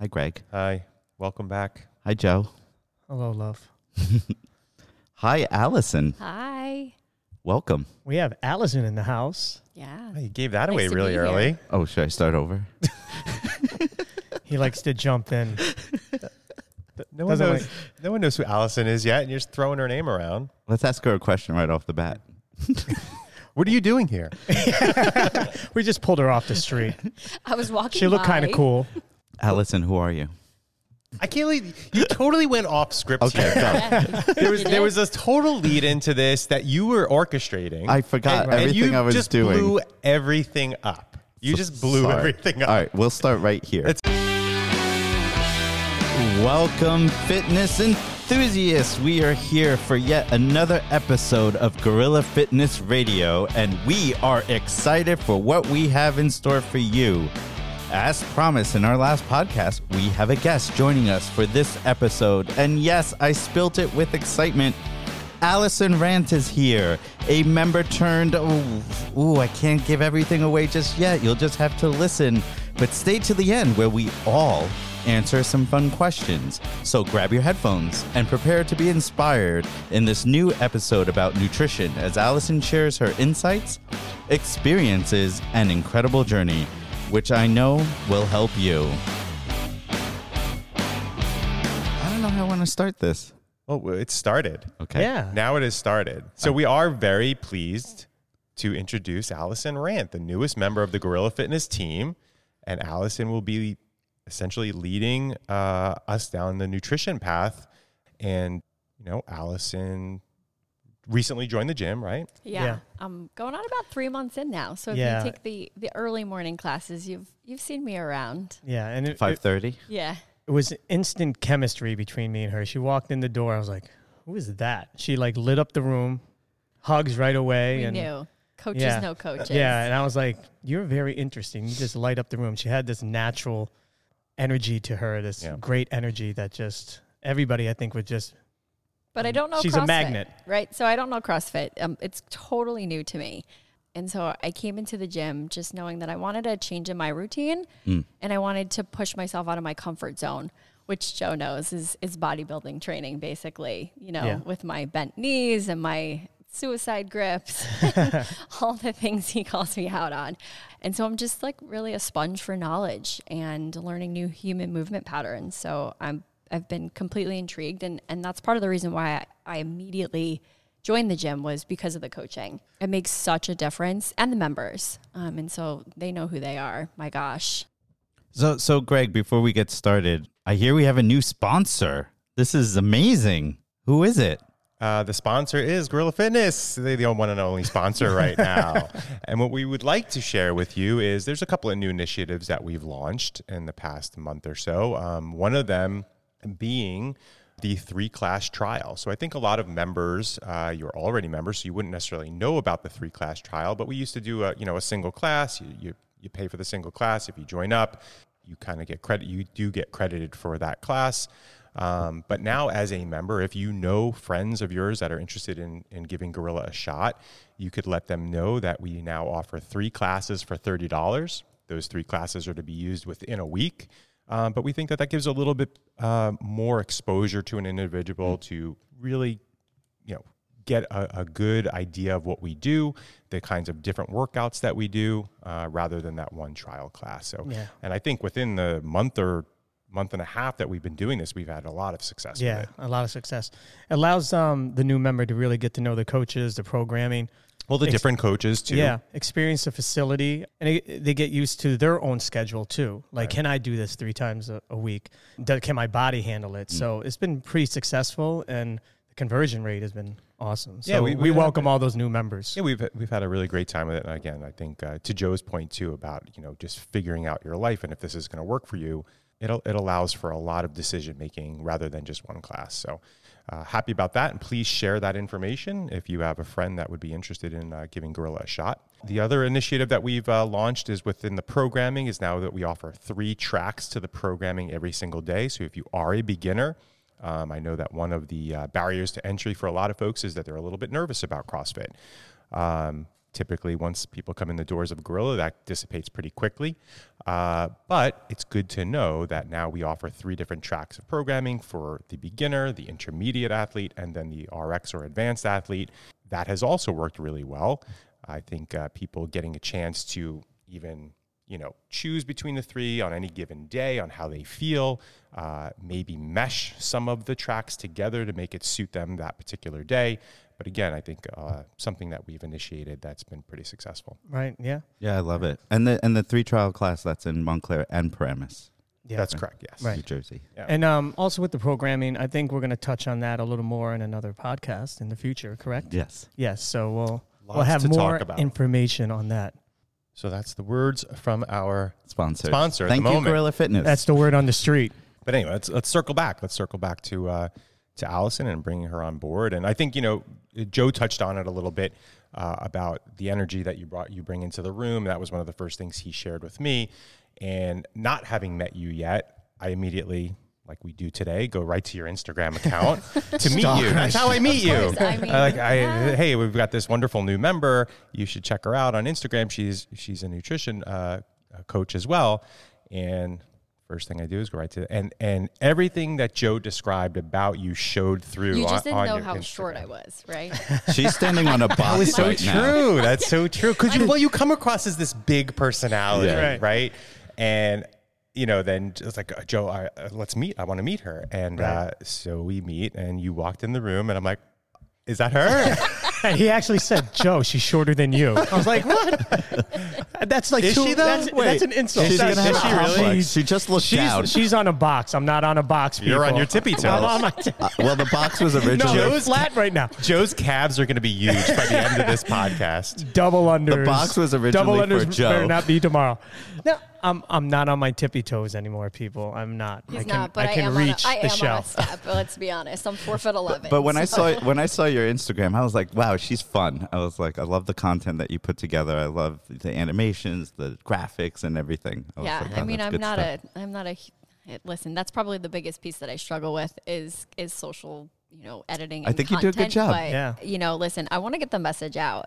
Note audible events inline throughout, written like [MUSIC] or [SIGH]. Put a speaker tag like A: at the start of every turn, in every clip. A: Hi, Greg.
B: Hi, welcome back.
A: Hi, Joe.
C: Hello, love.
A: Hi, Allison.
D: Hi.
A: Welcome.
C: We have Allison in the house.
D: Yeah.
B: Oh, you gave that
D: Nice
B: away
D: to
B: really
D: be here.
B: early.
A: Oh, should I start over?
C: He likes to jump in.
B: No one
C: Doesn't
B: knows. No one knows who Allison is yet, and you're just throwing her name around.
A: Let's ask her a question right off the bat.
B: What are you doing here?
C: We just pulled her off the street.
D: I was walking.
C: She looked
D: by.
C: kind of cool.
A: Allison, who are you?
B: I can't believe you totally went off script.
A: Okay,
B: here.
D: [LAUGHS]
A: go.
B: there was there was this total lead into this that you were orchestrating.
A: I forgot
B: and, and
A: everything
B: you
A: I was
B: just
A: doing.
B: Blew everything up. You just blew
A: Sorry.
B: everything up.
A: All right, we'll start right here.
B: It's-
A: Welcome, fitness enthusiasts. We are here for yet another episode of Gorilla Fitness Radio, and we are excited for what we have in store for you. As promised in our last podcast, we have a guest joining us for this episode. And yes, I spilt it with excitement. Allison Rant is here, a member turned. Ooh, ooh, I can't give everything away just yet. You'll just have to listen. But stay to the end where we all answer some fun questions. So grab your headphones and prepare to be inspired in this new episode about nutrition as Allison shares her insights, experiences, and incredible journey, which I know will help you. I don't know how I want to start this.
B: Oh, it started.
A: Okay.
C: Yeah.
B: Now it has started. So we are very pleased to introduce Allison Rant, the newest member of the Gorilla Fitness team. And Allison will be essentially leading uh, us down the nutrition path. And, you know, Allison recently joined the gym, right?
D: Yeah.
C: Yeah.
D: I'm going on about three months in now. So if
C: Yeah.
D: you take the the early morning classes, you've you've seen me around.
C: Yeah, and it,
A: Five
C: it,
A: thirty.
D: Yeah.
C: it was instant chemistry between me and her. She walked in the door. I was like, "Who is that?" She like lit up the room, hugs right away,
D: We
C: and
D: knew. Coaches,
C: yeah. Uh,
D: no coaches.
C: yeah. And I was like, "You're very interesting. You just light up the room." She had this natural energy to her, this
B: Yeah.
C: great energy that just everybody I think would just
D: But I don't know.
C: She's a
D: CrossFit,
C: magnet.
D: right? So I don't know CrossFit. Um, it's totally new to me, and so I came into the gym just knowing that I wanted a change in my routine, and I wanted to push myself out of my comfort zone, which Joe knows is is bodybuilding training, basically. You know,
C: Yeah.
D: with my bent knees and my suicide grips, all the things he calls me out on, and so I'm just like really a sponge for knowledge and learning new human movement patterns. So I'm I've been completely intrigued and and that's part of the reason why I, I immediately joined the gym was because of the coaching. It makes such a difference and the members. Um and so they know who they are. My gosh.
A: So, so Greg, before we get started, I hear we have a new sponsor. This is amazing. Who is it?
B: Uh, the sponsor is Gorilla Fitness. They're the one and only sponsor right now. and what we would like to share with you is there's a couple of new initiatives that we've launched in the past month or so. Um, one of them being the three class trial. So I think a lot of members, uh, you're already members, so you wouldn't necessarily know about the three class trial. But we used to do a you know a single class. You you, you pay for the single class if you join up. You kind of get credit. You do get credited for that class. Um, but now, as a member, if you know friends of yours that are interested in, in giving Gorilla a shot, you could let them know that we now offer three classes for $30. Those three classes are to be used within a week. Um, but we think that that gives a little bit uh, more exposure to an individual to really, you know, get a, a good idea of what we do, the kinds of different workouts that we do, uh, rather than that one trial class. So,
C: Yeah.
B: and I think within the month or month and a half that we've been doing this, we've had a lot of success.
C: yeah,
B: With it.
C: a lot of success. Allows um, the new member to really get to know the coaches, the programming.
B: Well, the
C: Ex-
B: different coaches too.
C: Yeah, experience the facility, and they, they get used to their own schedule too. Like, can I do this three times a, a week? Do, can my body handle it?
B: Mm.
C: So it's been pretty successful, and the conversion rate has been awesome. So
B: Yeah, we-
C: we,
B: we have
C: welcome all those new members.
B: Yeah, we've we've had a really great time with it. And again, I think uh, to Joe's point too about you know just figuring out your life and if this is going to work for you, it it allows for a lot of decision making rather than just one class. So uh, happy about that, and please share that information if you have a friend that would be interested in uh, giving Gorilla a shot. The other initiative that we've uh, launched is within the programming is now that we offer three tracks to the programming every single day. So if you are a beginner. Um, I know that one of the uh, barriers to entry for a lot of folks is that they're a little bit nervous about CrossFit. Um, typically once people come in the doors of gorilla that dissipates pretty quickly uh, but it's good to know that now we offer three different tracks of programming for the beginner the intermediate athlete and then the rx or advanced athlete that has also worked really well i think uh, people getting a chance to even you know choose between the three on any given day on how they feel uh, maybe mesh some of the tracks together to make it suit them that particular day but again i think uh, something that we've initiated that's been pretty successful
C: Right. Yeah.
A: Yeah, I love it. And the and the three trial class that's in Montclair and Paramus,
C: Yeah.
B: that's correct yes
C: Right.
A: New Jersey.
C: And um, also with the programming, I think we're going to touch on that a little more in another podcast in the future. Correct?
A: Yes.
C: Yes. So we'll we'll
B: Lots
C: have
B: to talk
C: more
B: about.
C: information on that.
B: so that's the words from our
A: Sponsor.
B: Sponsor at
A: Thank
B: the
A: you,
B: moment.
A: Gorilla Fitness.
C: That's the word on the street.
B: But anyway, let's let's circle back. Let's circle back to uh, to Allison and bringing her on board. And I think you know Joe touched on it a little bit uh, about the energy that you brought you bring into the room. That was one of the first things he shared with me. And not having met you yet, I immediately. Like we do today, go right to your Instagram account to meet you. That's how I meet
D: course,
B: you.
D: I mean,
B: like, I,
D: yeah.
B: hey, we've got this wonderful new member. You should check her out on Instagram. She's she's a nutrition uh, uh, coach as well. And first thing I do is go right to and and everything that Joe described about you showed through.
D: You
B: on-
D: just didn't
B: on
D: know
B: your
D: how
B: Instagram.
D: short I was, right?
A: She's standing on a box
B: So
A: right now.
B: true. That's so true. Because
D: [LAUGHS]
B: you well, you come across as this big personality,
A: Yeah.
B: right.
C: Right.
B: And you know, then it's like uh, Joe, I, uh, let's meet. I want to meet her, and uh, so we meet. And you walked in the room, and I'm like, "Is that her?
C: And he actually said, "Joe, she's shorter than you." I was like, "What?" that's like
B: Is
C: two,
B: she, though?
C: That's,
B: Wait.
C: that's an insult.
A: She's
C: That's-
A: gonna have
B: Is
A: a
B: she really?
A: complex. She just looked
C: She's,
A: down.
C: she's on a box. I'm not on a box.
B: You're on
C: people.
B: your tippy toes.
C: I'm on my t-
A: Uh, well, the box was
C: no,
A: originally [LAUGHS]
C: I'm flat right now.
B: Joe's calves are going to be huge by the end of this podcast."
C: Double unders.
A: box was originally
C: double
A: for
C: unders
A: Joe.
C: Better not be tomorrow. No, I'm I'm not on my tippy toes anymore, people. I'm not. I
D: He's
C: can
D: not, but I,
C: I can
D: am
C: reach
D: on a, I
C: the
D: am
C: shelf.
D: on a step. Let's be honest, I'm four foot eleven.
A: But when I saw when I saw your Instagram, I was like, "Wow, she's fun." I was like, "I love the content that you put together. I love the animations, the graphics, and everything." I was
D: yeah,
A: like,
D: I
A: "Wow,
D: mean,
A: that's
D: I'm
A: good
D: not
A: stuff."
D: a, I'm not a. it- Listen, that's probably the biggest piece that I struggle with is is social, you know, editing.
A: I
D: and
A: think you do a good
D: content,
A: job.
D: But,
C: Yeah.
D: You know, listen, I want to get the message out,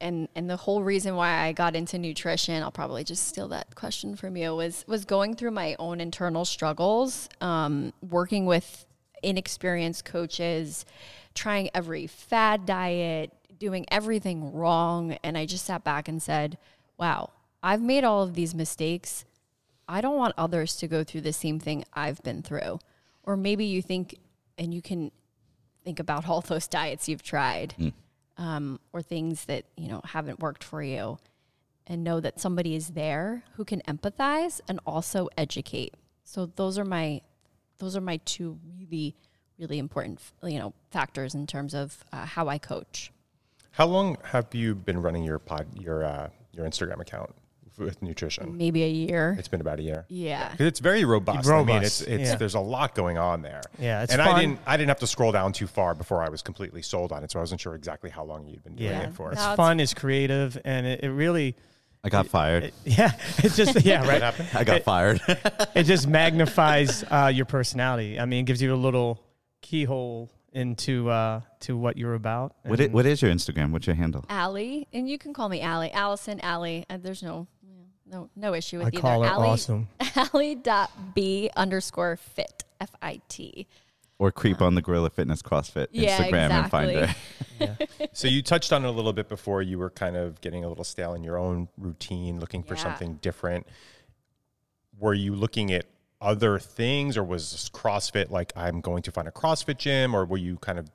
D: and and the whole reason why I got into nutrition, I'll probably just steal that question from you was was going through my own internal struggles, um, working with inexperienced coaches, trying every fad diet, doing everything wrong, and I just sat back and said, "Wow, I've made all of these mistakes." I don't want others to go through the same thing I've been through. Or maybe you think, and you can think about all those diets you've tried
C: Mm.
D: um, or things that, you know, haven't worked for you and know that somebody is there who can empathize and also educate. So those are my, those are my two really, really important, you know, factors in terms of uh, how I coach.
B: How long have you been running your pod, your uh, your Instagram account with nutrition?
D: Maybe a year.
B: It's been about a year.
D: Yeah.
B: 'Cause it's very robust. I mean, it's
C: Robust,
B: it's
C: yeah.
B: there's a lot going on there.
C: Yeah, it's
B: and I
C: fun.
B: didn't I didn't have to scroll down too far before I was completely sold on it, so I wasn't sure exactly how long you'd been doing
C: Yeah.
B: it for.
D: No,
C: It's fun. It's creative, and it, it really. [LAUGHS]
A: I got fired.
C: Yeah, it
D: [LAUGHS]
C: just yeah right.
A: I got fired.
C: it just magnifies uh, your personality. I mean, it gives you a little keyhole into uh, to what you're about.
A: what, i- what is your Instagram? What's your handle?
D: Allie, and you can call me Allie, Allison, Allie. And there's no, no, no issue with
C: I
D: either.
C: call her
D: Allie,
C: awesome.
D: [LAUGHS] Allie dot B underscore fit F I T.
A: Or creep on the Gorilla Fitness CrossFit
D: Yeah,
A: Instagram and find
D: exactly.
A: her.
D: [LAUGHS]
B: So you touched on it a little bit before you were kind of getting a little stale in your own routine, looking for
D: Yeah.
B: something different. Were you looking at other things or was this CrossFit like I'm going to find a CrossFit gym or were you kind of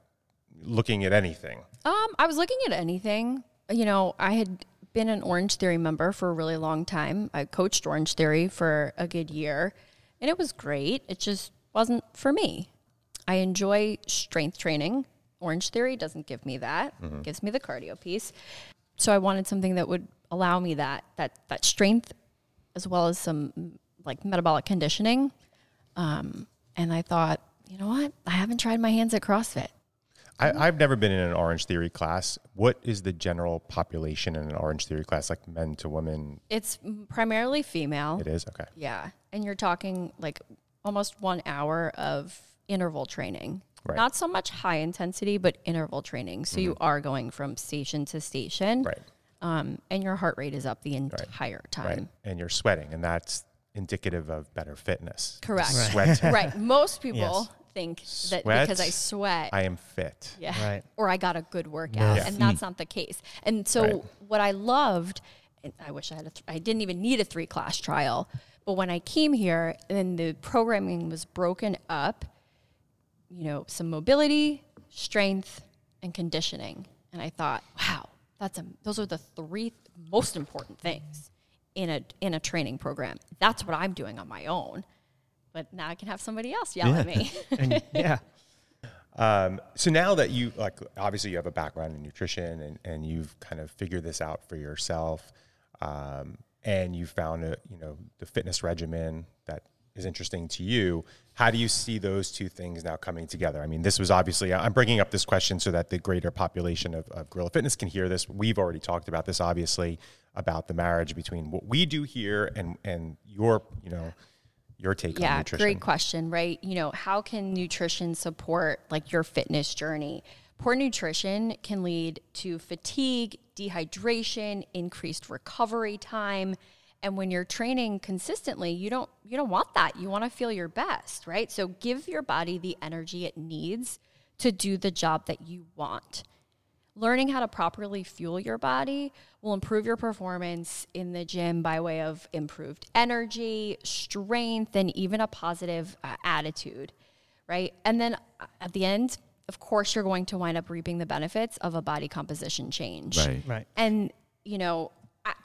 B: looking at anything?
D: Um, I was looking at anything. You know, I had been an Orange Theory member for a really long time. I coached Orange Theory for a good year, and it was great. It just wasn't for me. I enjoy strength training. Orange Theory doesn't give me that. It gives me the cardio piece. So I wanted something that would allow me that that that strength as well as some mm, like metabolic conditioning. Um, and I thought, you know what? I haven't tried my hands at CrossFit. Mm-hmm.
B: I, I've never been in an Orange Theory class. What is the general population in an Orange Theory class, like men to women?
D: It's primarily female.
B: It is okay.
D: Yeah. And you're talking like almost one hour of interval training.
B: Right. Mm-hmm.
D: Not so much high intensity, but interval training. So you are going from station to station.
B: Right.
D: Um, and your heart rate is up the entire
B: Right. [LAUGHS]
D: time.
B: And you're sweating, and that's indicative of better fitness.
D: Correct.
B: Sweat.
D: [LAUGHS] Right. Most people
C: Yes.
D: think that because I sweat,
B: I am fit.
D: yeah,
C: Right.
D: or I got a good workout,
B: Yeah.
D: and that's not the case. And so
B: Right.
D: what I loved, and I wish I had, a th- I didn't even need a three class trial, but when I came here, and the programming was broken up, you know, some mobility, strength, and conditioning, and I thought, wow, that's a, those are the three most important things in a in a training program. That's what I'm doing on my own. But now I can have somebody else yell at me.
C: And yeah.
B: Um, so now that you like, obviously you have a background in nutrition, and, and you've kind of figured this out for yourself, um, and you found a you know the fitness regimen that is interesting to you. How do you see those two things now coming together? I mean, this was obviously I'm bringing up this question so that the greater population of, of Gorilla Fitness can hear this. We've already talked about this, obviously, about the marriage between what we do here and and your you know your take on
D: yeah,
B: nutrition.
D: great question, right? You know, how can nutrition support like your fitness journey? Poor nutrition can lead to fatigue, dehydration, increased recovery time, and when you're training consistently, you don't you don't want that. You want to feel your best, right? So give your body the energy it needs to do the job that you want. learning how to properly fuel your body will improve your performance in the gym by way of improved energy, strength, and even a positive uh, attitude, right? And then uh, at the end, of course, you're going to wind up reaping the benefits of a body composition change.
A: Right.
C: Right.
D: And, you know, I-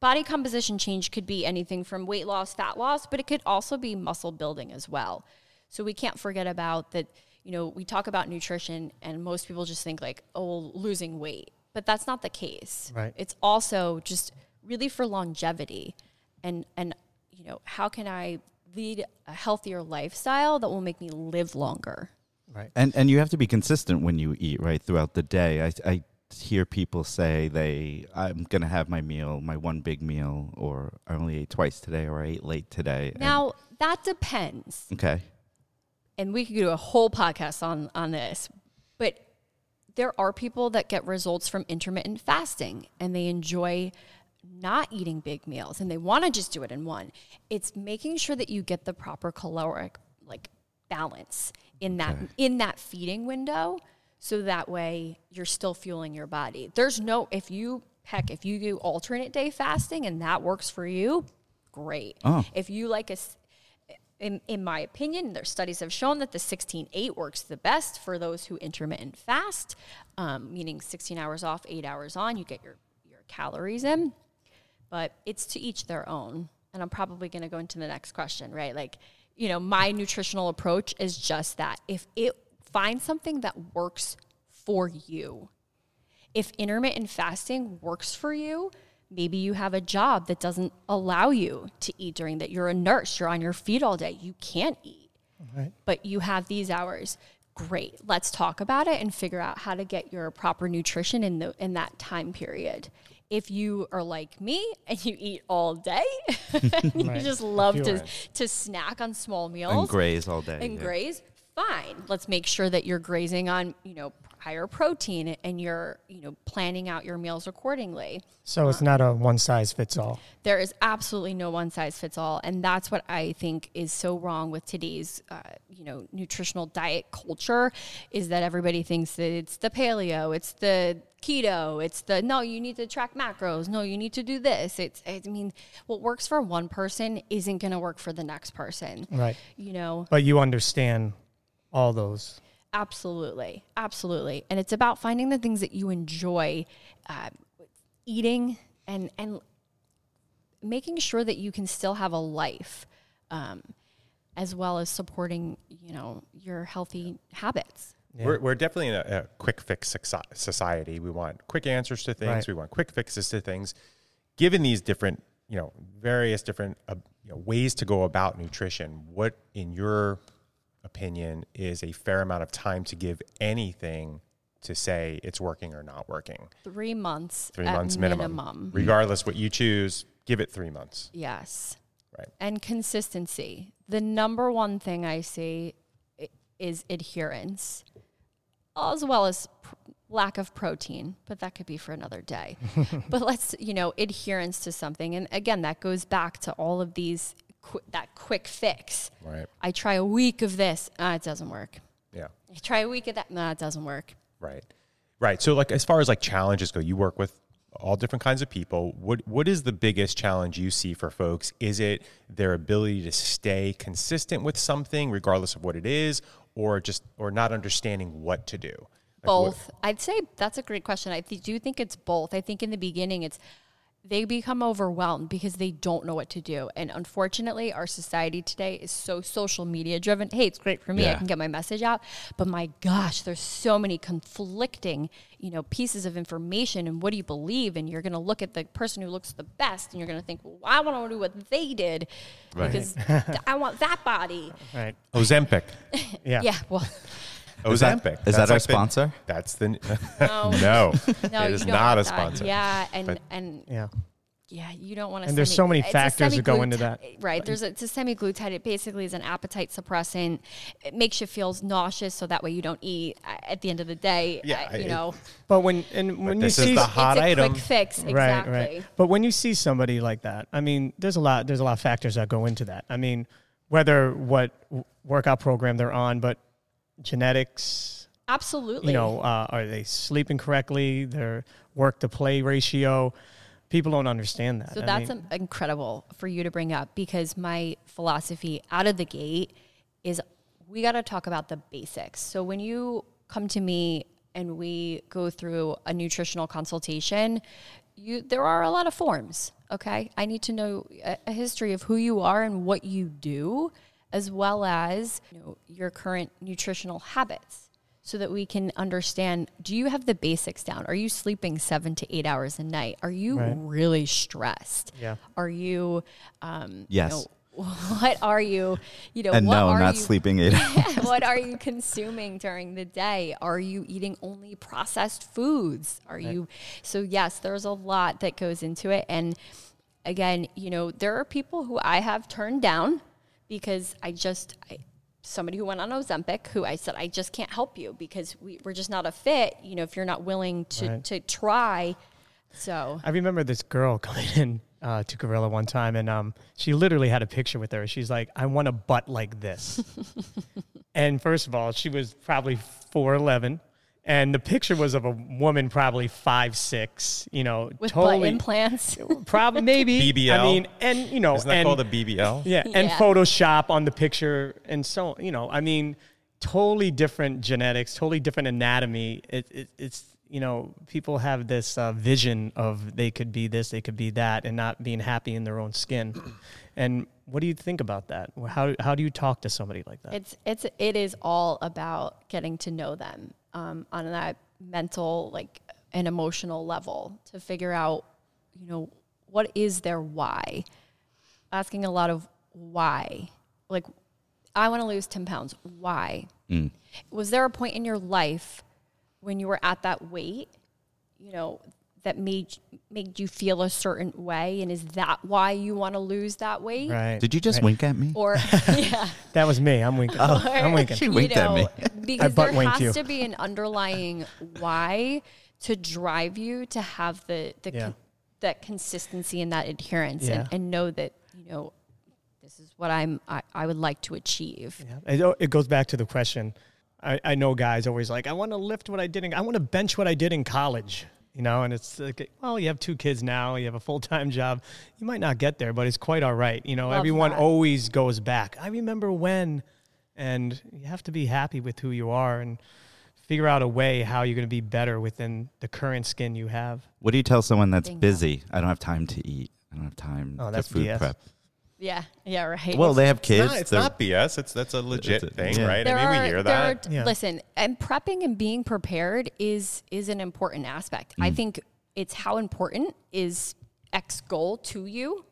D: body composition change could be anything from weight loss, fat loss, but it could also be muscle building as well. So we can't forget about that, you know, we talk about nutrition and most people just think like, oh, well, losing weight, but that's not the case.
C: Right.
D: It's also just really for longevity and, and, you know, how can I lead a healthier lifestyle that will make me live longer?
C: Right.
A: And and you have to be consistent when you eat right throughout the day. I I hear people say they I'm gonna have my meal, my one big meal, or I only ate twice today, or I ate late today. And-
D: Now, that depends.
A: okay,
D: and we could do a whole podcast on on this but there are people that get results from intermittent fasting and they enjoy not eating big meals and they want to just do it in one it's making sure that you get the proper caloric like balance in that in that feeding window so that way you're still fueling your body there's no if you heck if you do alternate day fasting and that works for you great
A: Oh.
D: if you like a s- in, in my opinion, their studies have shown that the 16 8 works the best for those who intermittent fast, um, meaning 16 hours off, eight hours on. You get your, your calories in, but it's to each their own. And I'm probably going to go into the next question, right? Like, you know, my nutritional approach is just that. If it find something that works for you, if intermittent fasting works for you, maybe you have a job that doesn't allow you to eat during that. You're a nurse, you're on your feet all day, you can't eat,
C: Right.
D: but you have these hours. Great. Let's talk about it and figure out how to get your proper nutrition in the in that time period. If you are like me and you eat all day, [LAUGHS] and you just love to, to snack on small
A: and
D: meals,
A: graze all day.
D: and
A: yeah.
D: graze fine let's make sure that you're grazing on you know higher protein and you're you know planning out your meals accordingly
C: So it's not a one size fits all.
D: there is absolutely no one size fits all and that's what i think is so wrong with today's uh, you know nutritional diet culture is that everybody thinks that it's the paleo it's the keto it's the no you need to track macros no you need to do this it's i mean what works for one person isn't going to work for the next person
C: Right.
D: you know
C: But you understand all those.
D: Absolutely, absolutely, and it's about finding the things that you enjoy uh, eating and and making sure that you can still have a life, um, as well as supporting you know your healthy habits.
B: We're, we're definitely in a, a quick fix soci- society. We want quick answers to things.
C: Right.
B: We want quick fixes to things. Given these different, you know, various different uh, you know, ways to go about nutrition, what, in your opinion, is a fair amount of time to give anything to say it's working or not working?
D: Three months,
B: Three
D: at
B: months minimum. Regardless what you choose, give it three months.
D: Yes.
B: Right.
D: And consistency. The number one thing I see i- is adherence, as well as pr- lack of protein, but that could be for
B: [LAUGHS]
D: another day. but let's, you know, adherence to something. And again, that goes back to all of these, qu- that quick fix.
B: Right.
D: I try a week of this, ah, it doesn't work.
B: Yeah.
D: I try a week of that, nah, it doesn't work.
B: Right. Right. So like as far as like challenges go, you work with all different kinds of people. What what is the biggest challenge you see for folks? Is it their ability to stay consistent with something regardless of what it is or just or not understanding what to do? Like, what-
D: both. I'd say that's a great question. I th- do think it's both. I think in the beginning, it's they become overwhelmed because they don't know what to do. And unfortunately, our society today is so social media driven. Hey, it's great for me. I
A: Yeah.
D: can get my message out. But my gosh, there's so many conflicting, you know, pieces of information and what do you believe? And you're going to look at the person who looks the best and you're going to think, well, I want to do what they did
A: Right.
D: because th- I want that
B: [LAUGHS]
D: body.
C: Right.
D: [LAUGHS]
B: Ozempic.
C: Yeah.
D: Yeah. Well, [LAUGHS]
B: Ozempic.
A: Is that- is that our
B: the-
A: sponsor?
B: that's the [LAUGHS]
D: no,
B: no.
D: no,
B: it
D: you
B: is
D: don't
B: not
D: want
B: a
D: that.
B: sponsor.
D: Yeah. And,
B: But-
D: and,
C: Yeah.
D: Yeah, you don't want to.
C: And there's so many factors that go into that.
D: Right. There's a, it's a semi-glutide. It basically is an appetite suppressant. It makes you feel nauseous, so that way you don't eat uh, at the end of the day.
B: Yeah,
D: uh, you
B: it-
D: know,
C: But when and when
B: this
C: you
B: is
C: see
B: the
C: s-
B: hot
D: it's a
B: item.
D: quick fix. Exactly.
C: Right, right. But when you see somebody like that, I mean, there's a lot. There's a lot of factors that go into that. I mean, whether what w- workout program they're on, but genetics.
D: Absolutely.
C: You know, uh, are they sleeping correctly? Their work to play ratio. People don't understand that.
D: So
C: I
D: that's
C: mean,
D: um incredible for you to bring up because my philosophy out of the gate is we got to talk about the basics. So when you come to me and we go through a nutritional consultation, you there are a lot of forms, okay? I need to know a, a history of who you are and what you do as well as you know, your current nutritional habits so that we can understand do you have the basics down are you sleeping seven to eight hours a night are you really stressed
C: Yeah.
D: are you [LAUGHS] um
A: Yes.
D: you know, what are you you know
A: And
D: what
A: no,
D: are
A: I'm not
D: you,
A: sleeping eight
D: [LAUGHS]
C: [LAUGHS]
D: what are you consuming during the day are you eating only processed foods are you so yes there's a lot that goes into it and again you know there are people who i have turned down because i just I, somebody who went on ozempic who i said i just can't help you because we, we're just not a fit you know if you're not willing to
C: Right.
D: to try so
C: I remember this girl [LAUGHS] coming in uh, to Gorilla one time, and um, she literally had a picture with her. She's like, "I want a butt like
D: [LAUGHS]
C: this." and first of all, she was probably four eleven, and the picture was of a woman probably five six. You know,
D: with butt
C: totally,
D: implants
B: [LAUGHS]
C: probably maybe
B: BBL.
C: I mean, and you know,
B: Isn't that
C: and,
B: called a BBL?
D: [LAUGHS]
C: yeah, and
D: Yeah.
C: Photoshop on the picture, and so you know, I mean, totally different genetics, totally different anatomy. It, it, it's you know, people have this uh, vision of they could be this, they could be that, and not being happy in their own skin. [CLEARS THROAT] and what do you think about that? How how do you talk to somebody like that?
D: It's it's it is all about getting to know them um, on that mental like and emotional level to figure out you know what is their why. Asking a lot of why, like I want to lose ten pounds. Why? Was there a point in your life when you were at that weight? You know that made made you feel a certain way, and is that why you want to lose that weight?
C: right.
A: Did you just wink at me?
D: Or yeah.
C: that was me. I'm
D: [LAUGHS]
C: winking. [LAUGHS] I'm winking.
A: She winked at me.
D: Because
C: butt
D: there
C: winked
D: has
C: you.
D: to be an underlying why to drive you to have the the
C: Yeah.
D: con- that consistency and that adherence
C: Yeah.
D: and, and know that you know this is what I'm I, I would like to achieve.
C: Yeah. It, oh, it goes back to the question. I, I know guys always like, I want to lift what I did in, I want to bench what I did in college, you know, and it's like, well, you have two kids now, you have a full time job. You might not get there, but it's quite all right. You know,
D: Love
C: everyone
D: that.
C: always goes back. I remember when, and you have to be happy with who you are and figure out a way how you're going to be better within the current skin you have.
A: What do you tell someone that's
D: Bingo.
A: busy? I don't have time to eat. I don't have time
C: Oh,
A: to
C: that's
A: food
C: BS.
A: prep.
D: Yeah, yeah, right.
A: Well, they have
B: It's,
A: kids.
B: not, it's
A: they're-
B: not BS. It's that's a legit
A: It's a-
B: thing,
A: yeah.
B: right?
D: there
B: I mean,
D: are,
B: we hear
D: there
B: that.
D: Are,
C: Yeah.
D: Listen, and prepping and being prepared is is an important aspect. I think it's how important is X goal to you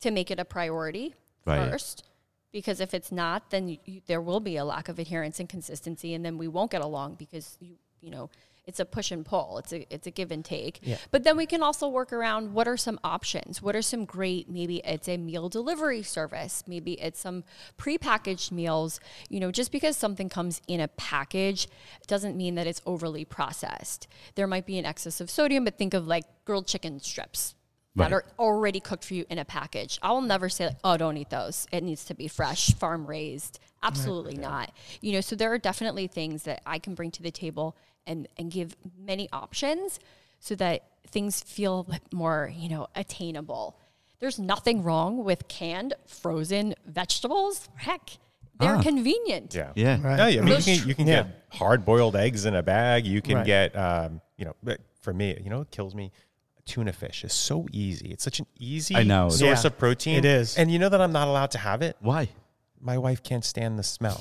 D: to make it a priority
A: Right.
D: first. Because if it's not, then you, you, there will be a lack of adherence and consistency, and then we won't get along because you you know it's a push and pull. It's a it's a give and take.
C: Yeah.
D: But then we can also work around what are some options? What are some great maybe it's a meal delivery service, maybe it's some prepackaged meals. You know, just because something comes in a package doesn't mean that it's overly processed. There might be an excess of sodium, but think of like grilled chicken strips
A: Right.
D: that are already cooked for you in a package. I will never say, like, oh, don't eat those. It needs to be fresh, farm raised. Absolutely not. You know, so there are definitely things that I can bring to the table and, and give many options so that things feel like more, you know, attainable. There's nothing wrong with canned, frozen vegetables. Heck, they're
A: Ah.
D: convenient.
B: Yeah.
A: Yeah. Right.
B: No, yeah. I mean, you
D: Those
B: can, you can
C: Yeah.
B: get hard boiled eggs in a bag. You can
C: Right.
B: get, um, you know, but for me, you know, it kills me. Tuna fish is so easy. It's such an easy
A: I know.
B: source
C: Yeah.
B: of protein.
C: It is.
B: And you know that I'm not allowed to have it?
A: Why?
B: My wife can't stand
A: [LAUGHS]
B: the smell.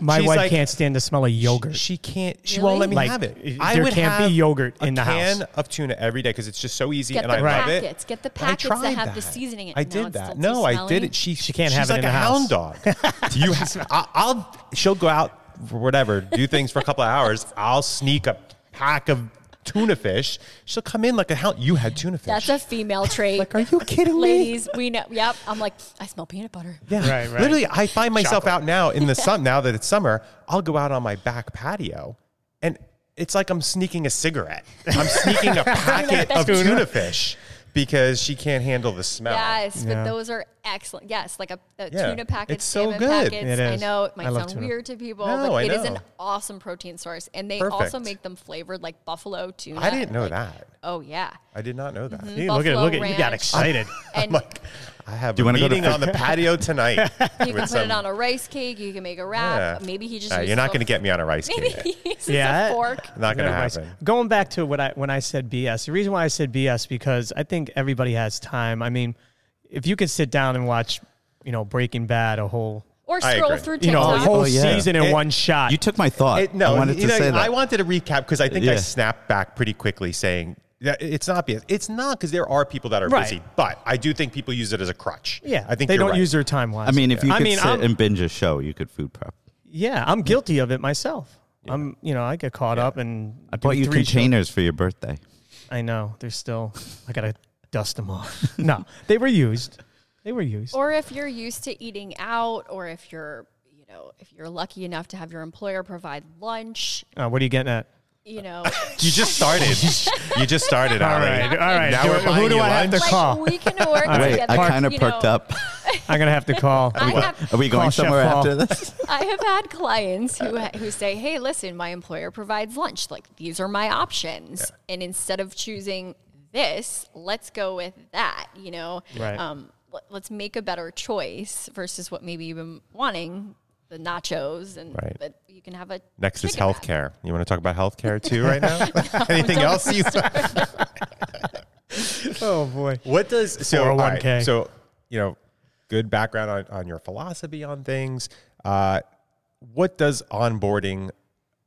C: My
B: She's
C: wife
B: like-
C: can't stand the smell of yogurt.
B: She can't. She won't let me
C: Really?
B: have it.
C: Like, there can't be yogurt
B: a
C: in the
B: can
C: house.
B: of tuna every day because it's just so easy
D: Get
B: and
D: the
B: I love
D: packets.
B: it.
D: Get the
B: And I
D: packets that
B: tried
D: have the seasoning in it.
B: I
D: No,
B: did
D: it's still
B: that.
D: too
B: No, I
D: smelly.
B: did it. She
C: She can't
B: she's
C: have it
B: like
C: in
B: a
C: the
B: hound
C: house.
B: dog. Do [LAUGHS] you? ha- I, will She'll go out for whatever, do things for a couple of hours. I'll sneak a pack of tuna fish. She'll come in like a hound. You had tuna fish.
D: That's a female trait.
B: like, are you kidding me?
D: Ladies, we know. Yep. I'm like, I smell peanut butter.
B: Yeah.
C: Right, right.
B: Literally, I find myself out now in
D: [LAUGHS]
B: the sun. Now that it's summer, I'll go out on my back patio, and it's like I'm sneaking a cigarette. I'm sneaking
D: [LAUGHS]
B: a packet of
D: Tuna.
B: tuna fish because she can't handle the smell.
D: Yes,
C: Yeah.
D: but those are excellent. Yes, like a, a
B: Yeah.
D: tuna packet,
B: It's so
D: salmon
B: good.
D: packets.
C: It
D: I
C: is.
D: know it might
C: I love
D: sound
C: tuna.
D: weird to people,
B: No,
D: but
B: I
D: it is an
B: know.
D: awesome protein source, and they also
B: Perfect.
D: make them flavored like buffalo tuna.
B: I didn't know
D: like-
B: that. [LAUGHS]
D: Oh yeah,
B: I did not know
D: Mm-hmm.
B: that.
C: You look at it.
D: Buffalo
C: Look at it. You got
D: Ranch.
C: excited. [LAUGHS]
D: and
B: I have
A: Do you
B: a
A: wanna go to
B: meeting
A: [LAUGHS]
B: on the patio tonight.
D: you can put it on a rice cake. You can make a wrap. Maybe he just.
B: um, Uh, you're
D: [LAUGHS]
B: not going to get me on a rice [LAUGHS]
D: Maybe
B: cake.
D: he uses
C: Yeah.
D: a fork.
B: Not going to
C: Otherwise-
B: happen.
C: Going back to what I when I said BS, the reason why I said BS because I think everybody has time. I mean, if you could sit down and watch, you know, Breaking Bad, a whole
D: Or
B: I
D: scroll
B: agree.
D: through
C: you know,
D: TikTok.
C: a whole
A: Oh, yeah.
C: season in
B: It-
C: one shot.
A: You took my thought.
B: It- no,
A: I wanted
B: you
A: to
B: know,
A: say that.
B: I wanted to recap because I think I
A: Yeah.
B: snapped back pretty quickly saying that it's not BS. It's not because there are people that are
C: Right.
B: busy, but I do think people use it as a crutch.
C: yeah,
B: I think
C: they
B: you're
C: don't
B: right.
C: use their time
A: I
C: wisely.
A: mean, if you
C: I
A: could
C: mean,
A: sit
C: I'm-
A: and binge a show, you could food prep.
C: yeah, I'm guilty of it myself. I'm, you know, I get caught up and
A: I bought you containers for your birthday.
C: I know they're still. I gotta dust them off. [LAUGHS] no, they were used. They were used.
D: or if you're used to eating out, or if you're, you know, if you're lucky enough to have your employer provide lunch,
C: Uh, what are you getting at?
D: you know.
B: You just
D: [LAUGHS]
B: started. you just started. All right.
C: all right.
B: Now we're buying
C: who do
B: you
C: I have to
B: lunch.
D: Like
C: call?
D: we can work
A: Wait,
D: together.
A: I kind of
D: you
A: perked
D: know.
A: up.
C: I'm gonna have
B: [LAUGHS]
C: to call.
D: I have,
A: Are [LAUGHS] we
C: Call
A: going
C: Chef
A: somewhere
C: Paul.
A: after
D: [LAUGHS]
A: this?
D: I have had clients who who say, "Hey, listen, my employer provides lunch. Like these are my options, and instead of choosing this, let's go with that. You know,
C: Right.
D: um, let, let's make a better choice versus what maybe you've been wanting." The nachos, and
B: Right.
D: but you can have a
B: Next is
D: chicken wrap.
B: healthcare. You want to talk about healthcare too right
D: [LAUGHS]
B: now? Anything
D: don't
B: else? You,
C: oh boy.
B: what does so? all right,
C: 401k.
B: so you know, good background on, on your philosophy on things. Uh, what does onboarding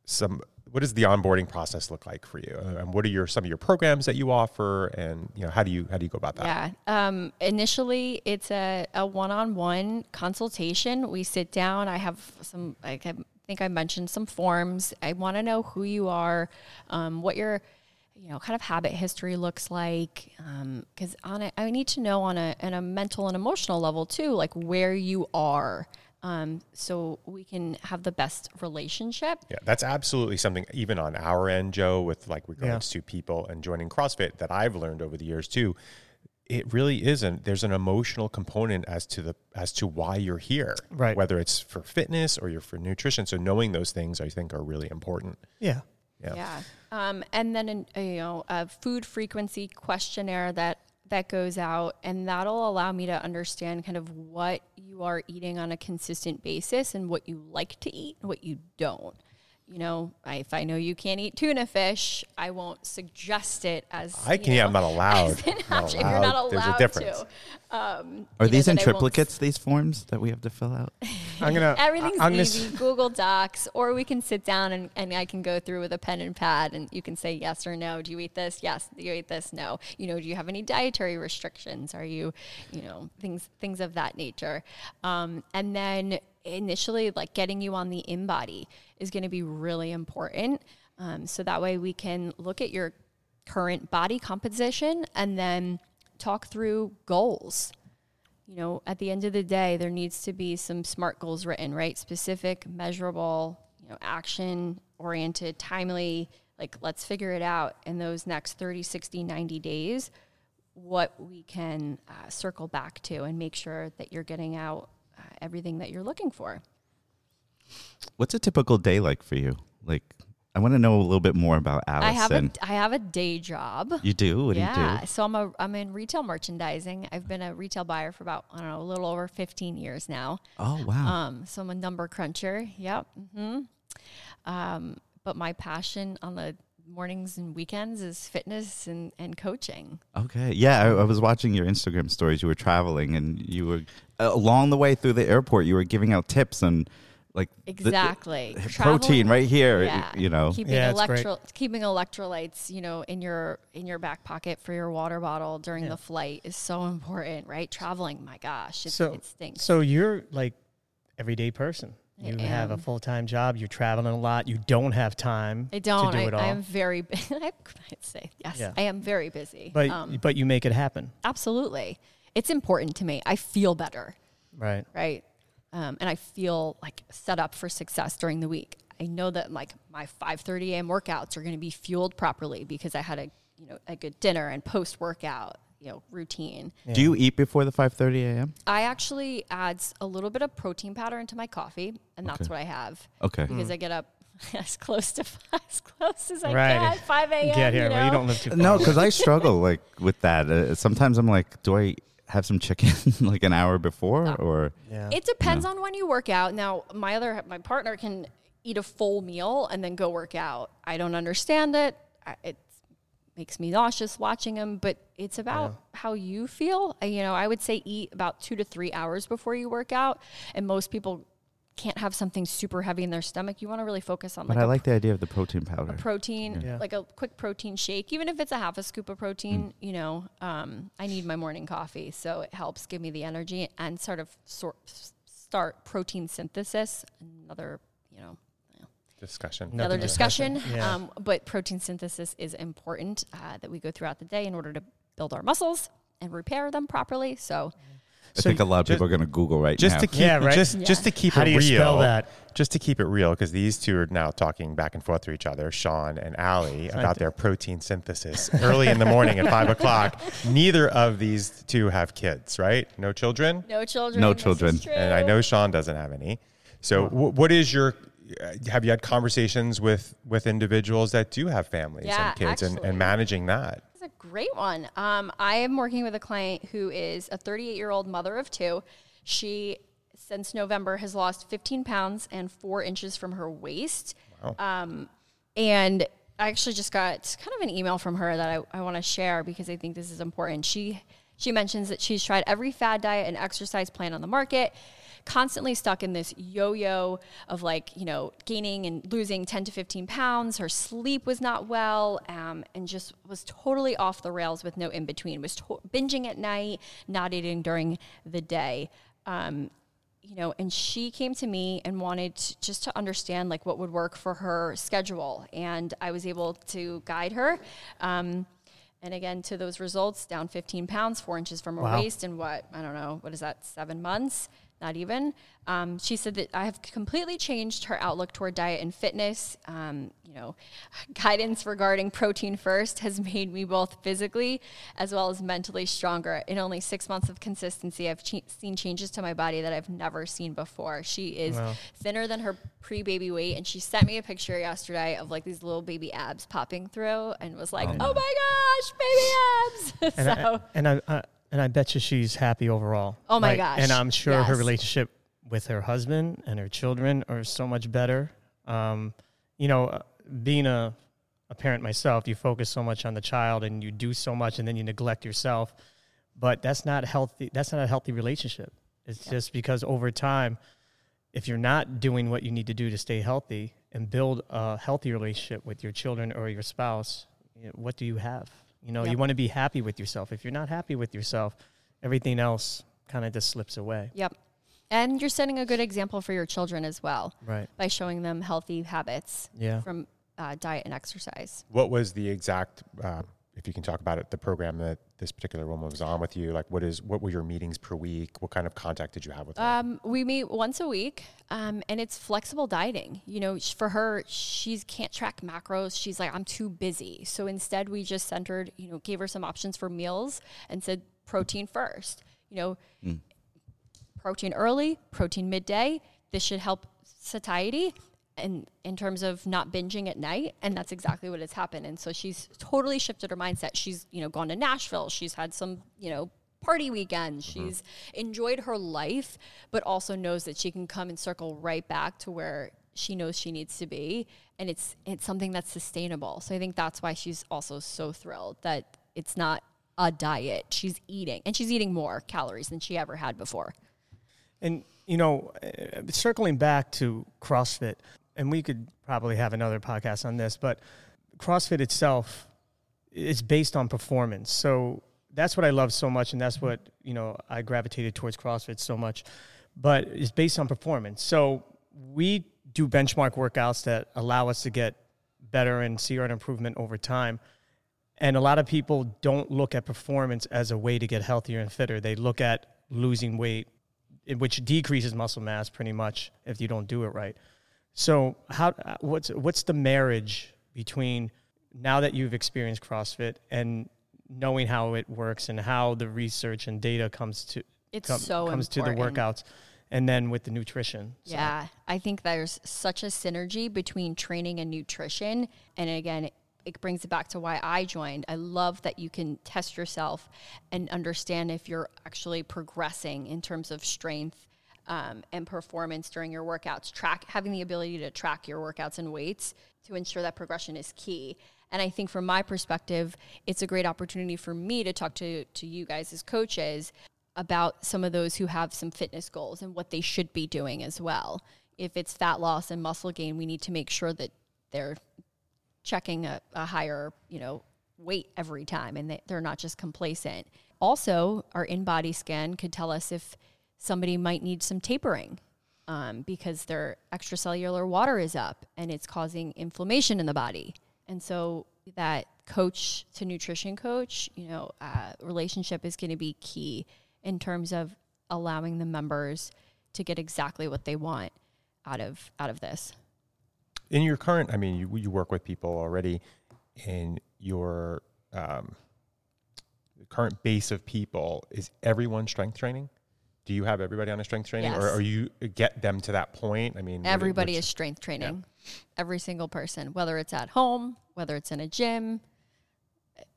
B: some? What does the onboarding process look like for you? And what are your some of your programs that you offer? And you know, how do you how do you go about that?
D: Yeah. Um, initially, it's a, a one-on-one consultation. We sit down. I have some. Like, I think I mentioned some forms. I want to know who you are, um, what your, you know, kind of habit history looks like. Because on a, I need to know on a on a mental and emotional level too, like where you are, um, so we can have the best relationship.
B: Yeah, that's absolutely something even on our end, Joe, with like regards to people and joining CrossFit that I've learned over the years too. It really isn't. There's an emotional component as to the as to why you're here.
C: Right.
B: Whether it's for fitness or you're for nutrition. So knowing those things I think are really important.
C: Yeah.
D: Yeah. Um, and then an, you know a food frequency questionnaire that that goes out, and that'll allow me to understand kind of what you are eating on a consistent basis and what you like to eat and what you don't. You know, I, if I know you can't eat tuna fish, I won't suggest it as
B: I
D: you
B: can yeah, I'm
D: know, [LAUGHS]
B: not allowed.
D: as an
B: Not
D: option. [LAUGHS] You're not
B: allowed. There's a
D: allowed
B: difference.
D: to.
A: Are
D: You know
A: these in
D: that I won't-
A: triplicates, these forms that we have to fill out?
C: I'm gonna.
D: [LAUGHS] Everything's
C: I'm gonna,
D: easy. Google Docs, or we can sit down and, and I can go through with a pen and pad, and you can say yes or no. Do you eat this? Yes. Do you eat this? No. You know, do you have any dietary restrictions? Are you, you know, things things of that nature? Um, and then initially, like getting you on the in body is going to be really important. Um, so that way we can look at your current body composition and then talk through goals. You know, at the end of the day, there needs to be some smart goals written, right? Specific, measurable, you know, action oriented, timely. Like, let's figure it out in those next 30, 60, 90 days what we can uh, circle back to and make sure that you're getting out uh, everything that you're looking for.
A: What's a typical day like for you? Like, I want to know a little bit more about Allison.
D: I have a I have a day job.
A: you do? What do you
D: yeah,
A: do?
D: so I'm a I'm in retail merchandising. I've been a retail buyer for about I don't know a little over 15 years now.
A: Oh, wow.
D: Um, so I'm a number cruncher. Yep. hmm Um, but my passion on the mornings and weekends is fitness and, and coaching.
A: okay. Yeah, I, I was watching your Instagram stories. You were traveling and you were uh, along the way through the airport, you were giving out tips and like the- the-
D: Exactly.
A: [LAUGHS] protein
D: Travel-
A: right here,
D: Yeah.
A: you know.
D: keeping
C: Yeah, it's great.
D: electro keeping electrolytes, you know, in your in your back pocket for your water bottle during the flight is so important, right? Traveling, my gosh, it's,
C: so
D: it stinks.
C: so you're like everyday person. You
D: I
C: have a
D: am.
C: full time job. You're traveling a lot. You don't have time.
D: I don't.
C: to do
D: I,
C: it all.
D: I am very. bu- [LAUGHS] I might say yes.
C: Yeah.
D: I am very busy.
C: but
D: um,
C: but you make it happen,
D: absolutely, it's important to me. I feel better,
C: right?
D: right? Um, and I feel like set up for success during the week. I know that like my 5:30 a.m. workouts are going to be fueled properly because I had a you know a good dinner and post workout you know routine.
A: Do you eat before the 5:30 a.m.?
D: I actually adds a little bit of protein powder into my coffee, and that's what I have
A: Okay.
D: because I get up [LAUGHS] as close to [LAUGHS] as close as I
C: Mm. Right.
D: can, 5 a.m.
C: Get here.
D: You know?
C: Well, you don't live too far.
D: [LAUGHS]
A: No, because I struggle like with that. Uh, sometimes I'm like, do I have some chicken [LAUGHS] like an hour before or
C: Yeah.
D: It depends on when you work out. Now, my other my partner can eat a full meal and then go work out. I don't understand it. I- It makes me nauseous watching him, but it's about how you feel. Uh, You know, I would say eat about 2 to 3 hours before you work out, and most people can't have something super heavy in their stomach. You want to really focus on
A: But
D: like
A: I
D: a
A: like the idea of the protein powder.
D: protein,
C: Yeah.
D: like a quick protein shake, even if it's a half a scoop of protein, you know, um, I need my morning coffee. So it helps give me the energy and sort of sort, start protein synthesis. Another, you know,
B: Discussion.
D: another discussion.
C: Yeah.
D: Um, but protein synthesis is important uh, that we go throughout the day in order to build our muscles and repair them properly. So
A: I
C: So
A: think a lot of
B: ju-
A: people are going to Google right
B: just
A: now.
B: to keep
C: Yeah, right.
B: just just to keep
C: How
B: it
C: do you
B: real.
C: spell that?
B: Just to keep it real, because these two are now talking back and forth to each other, Sean and Allie, about their protein synthesis early in the morning at five
C: [LAUGHS]
B: o'clock. Neither of these two have kids, right? No children,
D: no children.
A: No
D: this is
A: children.
D: true.
B: and I know Sean doesn't have any. So, wh- what is your? uh, Have you had conversations with with individuals that do have families
D: Yeah,
B: and kids, and, and
D: actually.
B: managing that?
D: That's a great one. Um, I am working with a client who is a 38 year old mother of two. She, since November, has lost 15 pounds and four inches from her waist. Um, and I actually just got kind of an email from her that I, I want to share because I think this is important. She she mentions that she's tried every fad diet and exercise plan on the market, constantly stuck in this yo-yo of like you know gaining and losing 10 to 15 pounds. Her sleep was not well, um, and just was totally off the rails with no in between. Was to- binging at night, not eating during the day. Um, you know, and she came to me and wanted to, just to understand like what would work for her schedule, and I was able to guide her. Um, and again, to those results, down 15 pounds, four inches from her
C: Wow.
D: waist, and what I don't know, what is that, seven months? Not even. Um, she said that I have completely changed her outlook toward diet and fitness. Um, you know, [LAUGHS] guidance regarding protein first has made me both physically as well as mentally stronger. In only six months of consistency, I've che- seen changes to my body that I've never seen before. She is thinner than her pre baby weight, and she sent me a picture yesterday of like these little baby abs popping through and was like, oh my gosh, baby abs. [LAUGHS]
C: and
D: so.
C: I, and I, I and I bet you she's happy overall.
D: Oh my
C: Like,
D: gosh,
C: And I'm sure her
D: yes.
C: relationship with her husband and her children are so much better. Um, you know, uh, being a a parent myself, you focus so much on the child and you do so much, and then you neglect yourself. But that's not healthy. That's not a healthy relationship. It's just because over time, if you're not doing what you need to do to stay healthy and build a healthy relationship with your children or your spouse, you know, what do you have? You know, you
D: Yep.
C: want to be happy with yourself. If you're not happy with yourself, everything else kind of just slips away.
D: Yep. And you're setting a good example for your children as well
C: Right.
D: by showing them healthy habits
C: Yeah.
D: from uh, diet and exercise.
B: What was the exact, uh, if you can talk about it, the program that this particular woman was on with you? Like, what is what were your meetings per week? What kind of contact did you have with her?
D: Um, we meet once a week, um, and it's flexible dieting. You know, sh- for her, she can't track macros. She's like, I'm too busy. So instead, we just centered, you know, gave her some options for meals and said protein first. You know, protein early, protein midday. This should help satiety and in terms of not binging at night. And that's exactly what has happened. And so she's totally shifted her mindset. She's, you know, gone to Nashville. She's had some, you know, party weekends. She's enjoyed her life, but also knows that she can come and circle right back to where she knows she needs to be. And it's it's something that's sustainable. So I think that's why she's also so thrilled that it's not a diet. She's eating and she's eating more calories than she ever had before.
C: And you know, uh, circling back to CrossFit, and we could probably have another podcast on this, but CrossFit itself is based on performance. So that's what I love so much, and that's what you know I gravitated towards CrossFit so much. But it's based on performance. So we do benchmark workouts that allow us to get better and see an improvement over time. And a lot of people don't look at performance as a way to get healthier and fitter. They look at losing weight, it- which decreases muscle mass pretty much if you don't do it right. So, how uh, what's what's the marriage between now that you've experienced CrossFit and knowing how it works and how the research and data comes to
D: It's so
C: comes to the
D: important.
C: workouts, and then with the nutrition? side?
D: Yeah, I think there's such a synergy between training and nutrition. And again, it brings it back to why I joined. I love that you can test yourself and understand if you're actually progressing in terms of strength um, and performance during your workouts. Track having the ability to track your workouts and weights to ensure that progression is key. And I think from my perspective, it's a great opportunity for me to talk to to you guys as coaches about some of those who have some fitness goals and what they should be doing as well. If it's fat loss and muscle gain, we need to make sure that they're checking a, a higher, you know, weight every time and they, they're not just complacent. Also, our in-body scan could tell us if somebody might need some tapering um, because their extracellular water is up and it's causing inflammation in the body. And so that coach to nutrition coach, you know, uh, relationship is going to be key in terms of allowing the members to get exactly what they want out of out of this.
B: in your current i mean you, you work with people already in your um, current base of people is everyone strength training do you have everybody on a strength training or
D: Yes.
B: are you uh, get them to that point i mean what-
D: Everybody
B: what's-
D: is strength training. Every single person, whether it's at home, whether it's in a gym.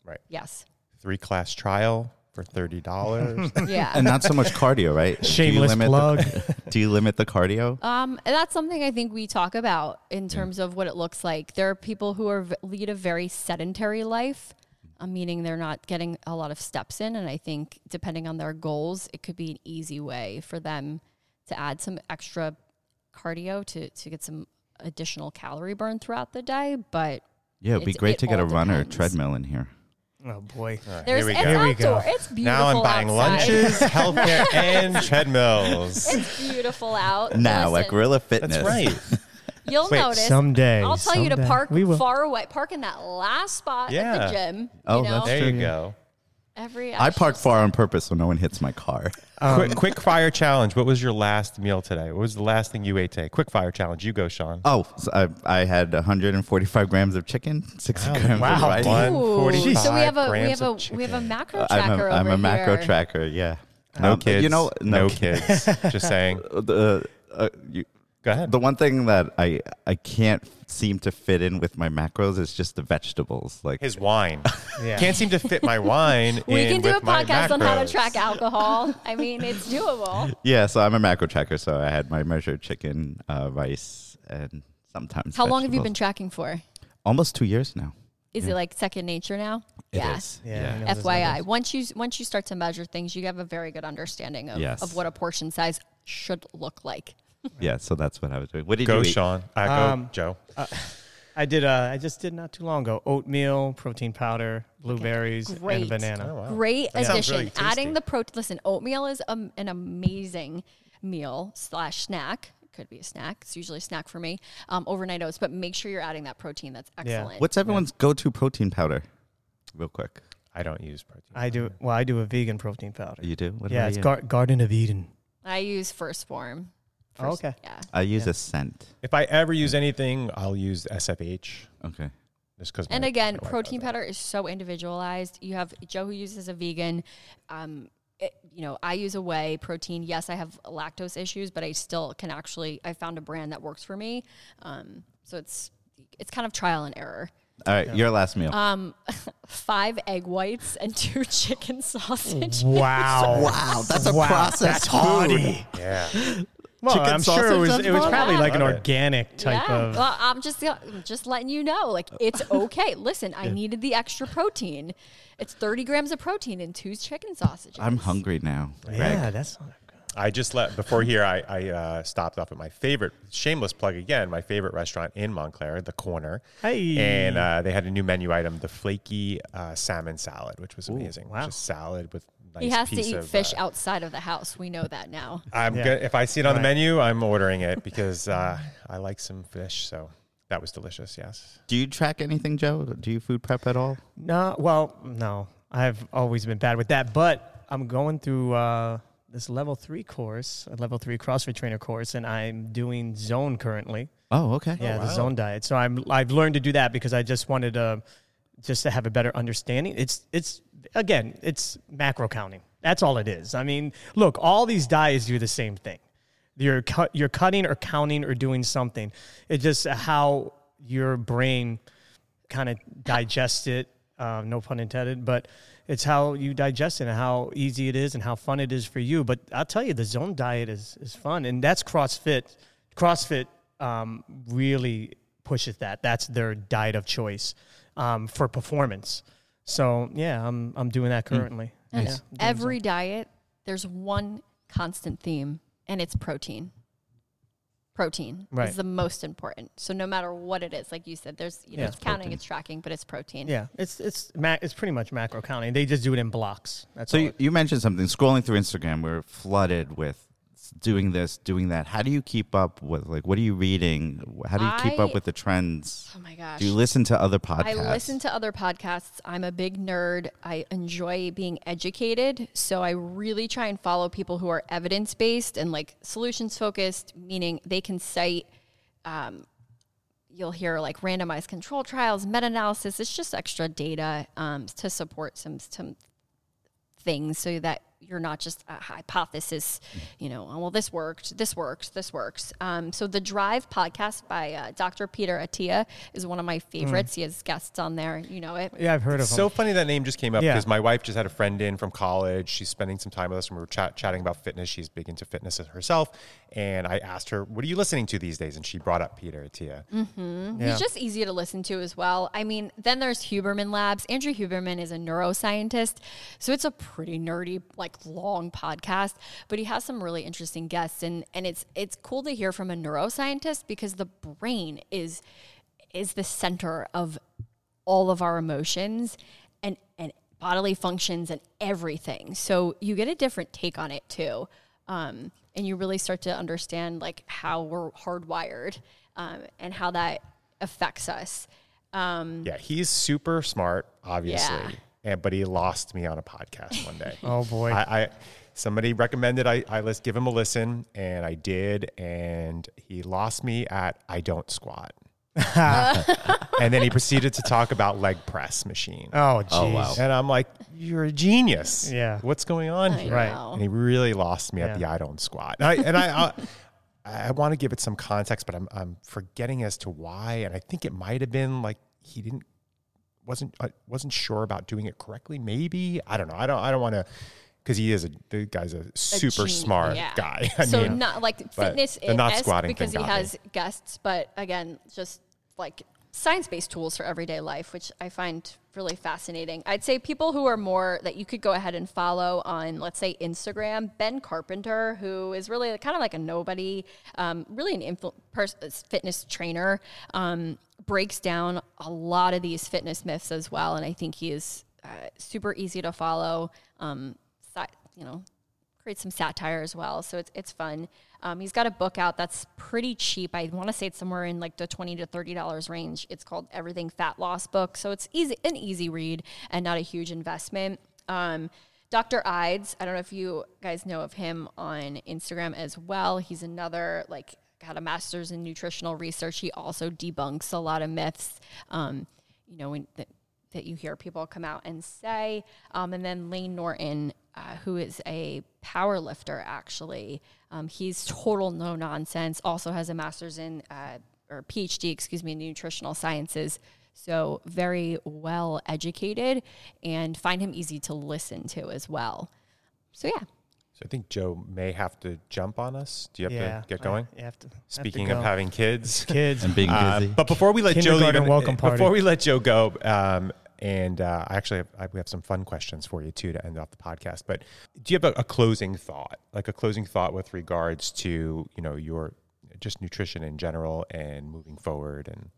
B: Right.
D: Yes.
B: [LAUGHS] three class trial for
D: [LAUGHS]
B: $30
D: Yeah.
A: And not so much cardio, right? Do you
C: Shameless
A: limit the- [LAUGHS]
C: plug.
A: do you limit the cardio?
D: Um, and that's something I think we talk about
B: Mm.
D: in terms of what it looks like. There are people who are lead a very sedentary life, uh, meaning they're not getting a lot of steps in. And I think depending on their goals, it could be an easy way for them to add some extra cardio to to get some additional calorie burn throughout the day. But
A: Yeah, it'd be
D: It's-
A: great
D: it
A: to get a
D: all
A: run or a
D: depends.
A: treadmill in here.
C: Oh boy.
D: there's
B: we
D: it's
B: go. Here
C: we go.
D: outdoor. It's beautiful.
B: now i'm buying
D: outside.
B: lunches healthcare and treadmills
D: [LAUGHS] It's beautiful out.
A: Now at
D: Listen,
A: Gorilla Fitness.
B: that's right
D: You'll
B: Wait,
D: notice.
C: someday,
D: I'll tell you to
C: someday.
D: park
C: We will.
D: far away. Park in that last spot at
B: Yeah.
D: the gym.
A: Oh,
D: you know?
A: that's
B: there you go
D: Every
A: I park far on purpose so no one hits my car.
D: Um,
B: quick, quick fire challenge what was your last meal today what was the last thing you ate today quick fire challenge you go sean
A: Oh, so I, I had 145 grams of chicken, 60
D: Um,
A: grams of
C: Wow.
A: rice.
B: One
D: Ooh, so we have a we
B: grams
D: have a
B: of
D: we have a
B: chicken.
D: macro tracker
A: I'm a,
D: over
A: I'm a macro
D: here.
A: tracker, yeah.
B: No
A: Um,
B: kids.
A: You know,
B: no, kids. [LAUGHS] Just saying.
A: the uh, you,
B: Go ahead.
A: the one thing that I I can't seem to fit in with my macros is just the vegetables. Like
B: His
D: [LAUGHS]
B: wine.
C: Yeah.
B: Can't seem to fit my wine.
D: We
B: in
D: can do
B: with
D: a
B: my
D: podcast on how to
B: macros.
D: track alcohol. I mean,
B: [LAUGHS]
D: it's doable.
A: yeah, so I'm a macro tracker, so I had my measured chicken, uh, rice, and sometimes.
D: How long have you been
A: vegetables.
D: tracking for?
A: Almost two years now.
D: Is it like second nature now?
A: It is.
D: yeah.
C: Yeah, I know those
D: FYI,
C: numbers.
D: once you once you start to measure things, you have a very good understanding of,
A: Yes.
D: of what a portion size should look like.
A: Yeah, so that's what I was doing. What did
B: Go,
A: you eat?
B: Sean. Uh, go,
C: Um,
B: Joe.
C: I did. Uh, I just did not too long ago. Oatmeal, protein powder, blueberries,
D: Great.
C: and banana.
D: Great
B: That sounds
D: addition.
B: really tasty.
D: Adding the protein. Listen, oatmeal is um, an amazing meal slash snack. could be a snack. It's usually a snack for me. Um, overnight oats, but make sure you're adding that protein. That's excellent.
A: What's everyone's go-to protein powder? Real quick,
B: I don't use protein.
C: I do. Well, I do a vegan protein powder.
A: Oh, you do. What
C: yeah,
A: about
C: it's
A: you?
C: Gar- Garden of Eden.
D: I use first form.
C: Oh,
D: First-
C: okay.
D: Yeah.
A: I use a scent.
B: If I ever use anything, I'll use SFH
A: Okay.
B: just because.
D: And again, protein powder is so individualized. You have Joe who uses a vegan. Um, it, you know, I use a whey protein. Yes, I have lactose issues, but I still can actually. I found a brand that works for me. Um, so it's it's kind of trial and error.
A: All right, your last meal.
D: Um, five egg whites and [LAUGHS] two chicken
C: [LAUGHS]
D: sausage.
C: Wow.
A: Wow, that's a
C: Wow,
A: processed
C: that's
A: food.
C: haughty.
B: Yeah.
C: Well,
A: Chicken
C: I'm sure it
A: sausage
C: was.
A: that's
C: It was
A: fine.
C: probably like an
B: Love it.
C: organic type
D: yeah.
C: of.
D: Well, I'm just I'm just letting you know, like
C: [LAUGHS]
D: it's okay. Listen, I needed the extra protein. It's 30 grams of protein and two chicken sausages.
A: I'm hungry now. Greg.
C: Yeah, that's not good.
B: I just let before here. I, I uh, stopped off at my favorite shameless plug again. My favorite restaurant in Montclair, the Corner.
C: Hey.
B: And uh, they had a new menu item, the flaky uh, salmon salad, which was amazing.
C: wow.
B: Just salad with nice
D: He has to
B: piece
D: eat
B: of,
D: fish
B: uh,
D: outside of the house. We know that now.
B: I'm
C: Yeah.
B: gonna, if I see it on the
C: Right.
B: menu, I'm ordering it because uh, I like some fish. So that was delicious. Yes.
A: Do you track anything, Joe? Do you food prep at all?
C: No, well, no. I've always been bad with that, but I'm going through uh, this level three course, a level three CrossFit trainer course, and I'm doing zone currently.
A: Oh, okay.
C: Yeah, the
B: wow.
C: zone diet. So I'm I've learned to do that because I just wanted to just to have a better understanding. It's it's again, it's macro counting. That's all it is. I mean, look, all these diets do the same thing. You're cut, you're cutting or counting or doing something. It's just how your brain kind of digest it. Uh, no pun intended, but it's how you digest it and how easy it is and how fun it is for you. But I'll tell you, the zone diet is is fun, and that's CrossFit. CrossFit um, really pushes that. That's their diet of choice um, for performance. So yeah, I'm I'm doing
B: Mm.
C: that currently.
D: And
C: Yeah.
D: every diet, there's one constant theme, and it's protein. Protein
C: Right.
D: is the most important. So no matter what it is, like you said, there's you know,
C: Yeah,
D: it's counting,
A: protein.
D: it's tracking, but it's protein.
C: Yeah, it's it's ma- it's pretty much macro counting. They just do it in blocks. That's
A: So
C: all
A: you, you mentioned something. Scrolling through Instagram, we're flooded with doing this, doing that. How do you keep up with like what are you reading? How do you keep
D: I-
A: up with the trends?
D: Oh my gosh.
A: Do you listen to other podcasts?
D: I listen to other podcasts. I'm a big nerd. I enjoy being educated. So I really try and follow people who are evidence based and like solutions focused, meaning they can cite, um, you'll hear like randomized control trials, meta analysis. It's just extra data um, to support some, some things so that you're not just a hypothesis, you know, oh, well, this worked, this works, this works. Um, so the Drive podcast by uh, Dr. Peter Attia is one of my favorites. He has guests on there. You know it.
C: yeah, I've heard of
B: So funny that name just came up
C: Yeah.
B: because my wife just had a friend in from college. She's spending some time with us and we were chat- chatting about fitness. She's big into fitness herself. And I asked her, What are you listening to these days? And she brought up Peter Attia.
C: them.
D: He's just easy to listen to as well. I mean, then there's Huberman Labs. Andrew Huberman is a neuroscientist. So it's a pretty nerdy, like long podcast, but he has some really interesting guests and and it's it's cool to hear from a neuroscientist because the brain is is the center of all of our emotions and and bodily functions and everything. So you get a different take on it too, um, and you really start to understand like how we're hardwired um, and how that affects us. Um,
B: Yeah, he's super smart, obviously.
D: Yeah.
B: And but he lost me on a podcast one day.
C: [LAUGHS] Oh, boy.
B: I, I somebody recommended I, I list give him a listen, and I did, and he lost me at I don't
C: [LAUGHS]
B: squat. [LAUGHS] and then he proceeded to talk about leg press machine.
C: Oh, geez.
A: wow.
B: And I'm like, you're a genius.
C: Yeah.
B: What's going on
D: I
B: here?
C: Right.
D: know.
B: And he really lost me at the
C: Yeah.
B: I don't squat. And I, and I, I, I want to give it some context, but I'm, I'm forgetting as to why. And I think it might have been like he didn't wasn't uh, wasn't sure about doing it correctly. Maybe I don't know. I don't I don't want to because he is a the guy's a super
D: genius,
B: smart
D: yeah.
B: guy. [LAUGHS] I
D: so
B: mean,
D: not like
B: but
D: fitness
B: the not
D: esque
B: squatting
D: because
B: thing
D: he
B: got me.
D: has guests, but again, just like science based tools for everyday life, which I find really fascinating. I'd say people who are more that you could go ahead and follow on, let's say Instagram, Ben Carpenter, who is really kind of like a nobody, um, really an influ- pers- fitness trainer, um, breaks down a lot of these fitness myths as well, and I think he is uh, super easy to follow. Um, si- you know, create some satire as well. So it's it's fun. Um, he's got a book out that's pretty cheap. I want to say it's somewhere in like the twenty to thirty dollars range. It's called Everything Fat Loss Book. So it's easy an easy read and not a huge investment. Um, Dr. Ides, I don't know if you guys know of him on Instagram as well. He's another like got a master's in nutritional research. He also debunks a lot of myths. Um, you know, when that that you hear people come out and say. Um, and then Lane Norton, uh, who is a power lifter, actually, um, he's total no nonsense, also has a master's in, uh, or PhD, excuse me, in nutritional sciences. So very well educated and find him easy to listen to as well. So, yeah.
B: So I think Joe may have to jump on us. Do you have
C: yeah,
B: to get going?
C: I, you have to,
B: Speaking
C: have
B: of
C: to
B: having kids,
C: [LAUGHS] go. kids,
A: and being
B: Uh,
A: busy.
B: but before we let Joe leave,
C: Kindergarten
B: and-
C: welcome party.
B: before we let Joe go, um, and uh, actually, I, we have some fun questions for you too to end off the podcast. But do you have a, a closing thought, like a closing thought with regards to you know your just nutrition in general and moving forward? And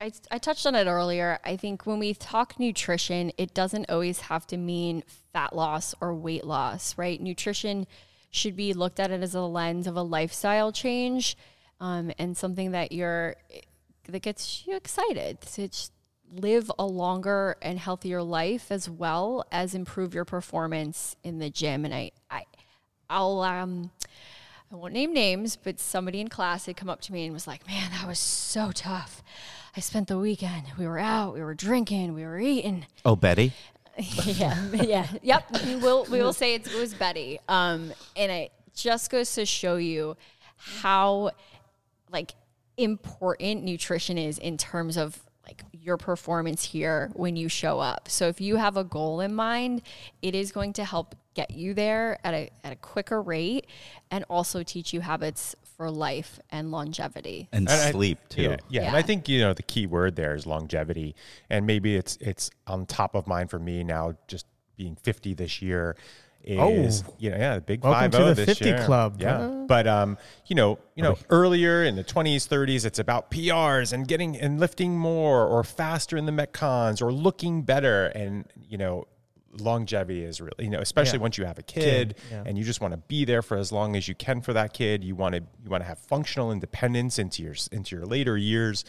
D: I, I touched on it earlier. I think when we talk nutrition, it doesn't always have to mean fat loss or weight loss, right? Nutrition should be looked at it as a lens of a lifestyle change um, and something that you're that gets you excited to just live a longer and healthier life as well as improve your performance in the gym. And I, I I'll um I won't name names, but somebody in class had come up to me and was like, Man, that was so tough. I spent the weekend. We were out, we were drinking, we were eating.
A: oh, Betty.
D: yeah, yeah, yep. We will we will say it's, it was Betty. Um, and it just goes to show you how like important nutrition is in terms of like your performance here when you show up. So if you have a goal in mind, it is going to help get you there at a at a quicker rate, and also teach you habits for life and longevity.
A: And
B: And I-
A: sleep, too.
B: Yeah, [LAUGHS] yeah, and I
D: Yeah.
B: think you know the key word there is longevity, and maybe it's it's on top of mind for me now. Just being fifty this year is
C: Oh.
B: you know yeah the big
C: Welcome
B: five
C: to
B: zero
C: the
B: this
C: 50
B: year.
C: club,
B: Yeah,
C: brother.
B: but um you know you know earlier in the twenties thirties it's about PRs and getting and lifting more or faster in the metcons or looking better and you know longevity is really you know especially
C: Yeah.
B: once you have a kid
C: yeah.
B: and you just want to be there for as long as you can for that kid. You want to you want to have functional independence into your into your later years.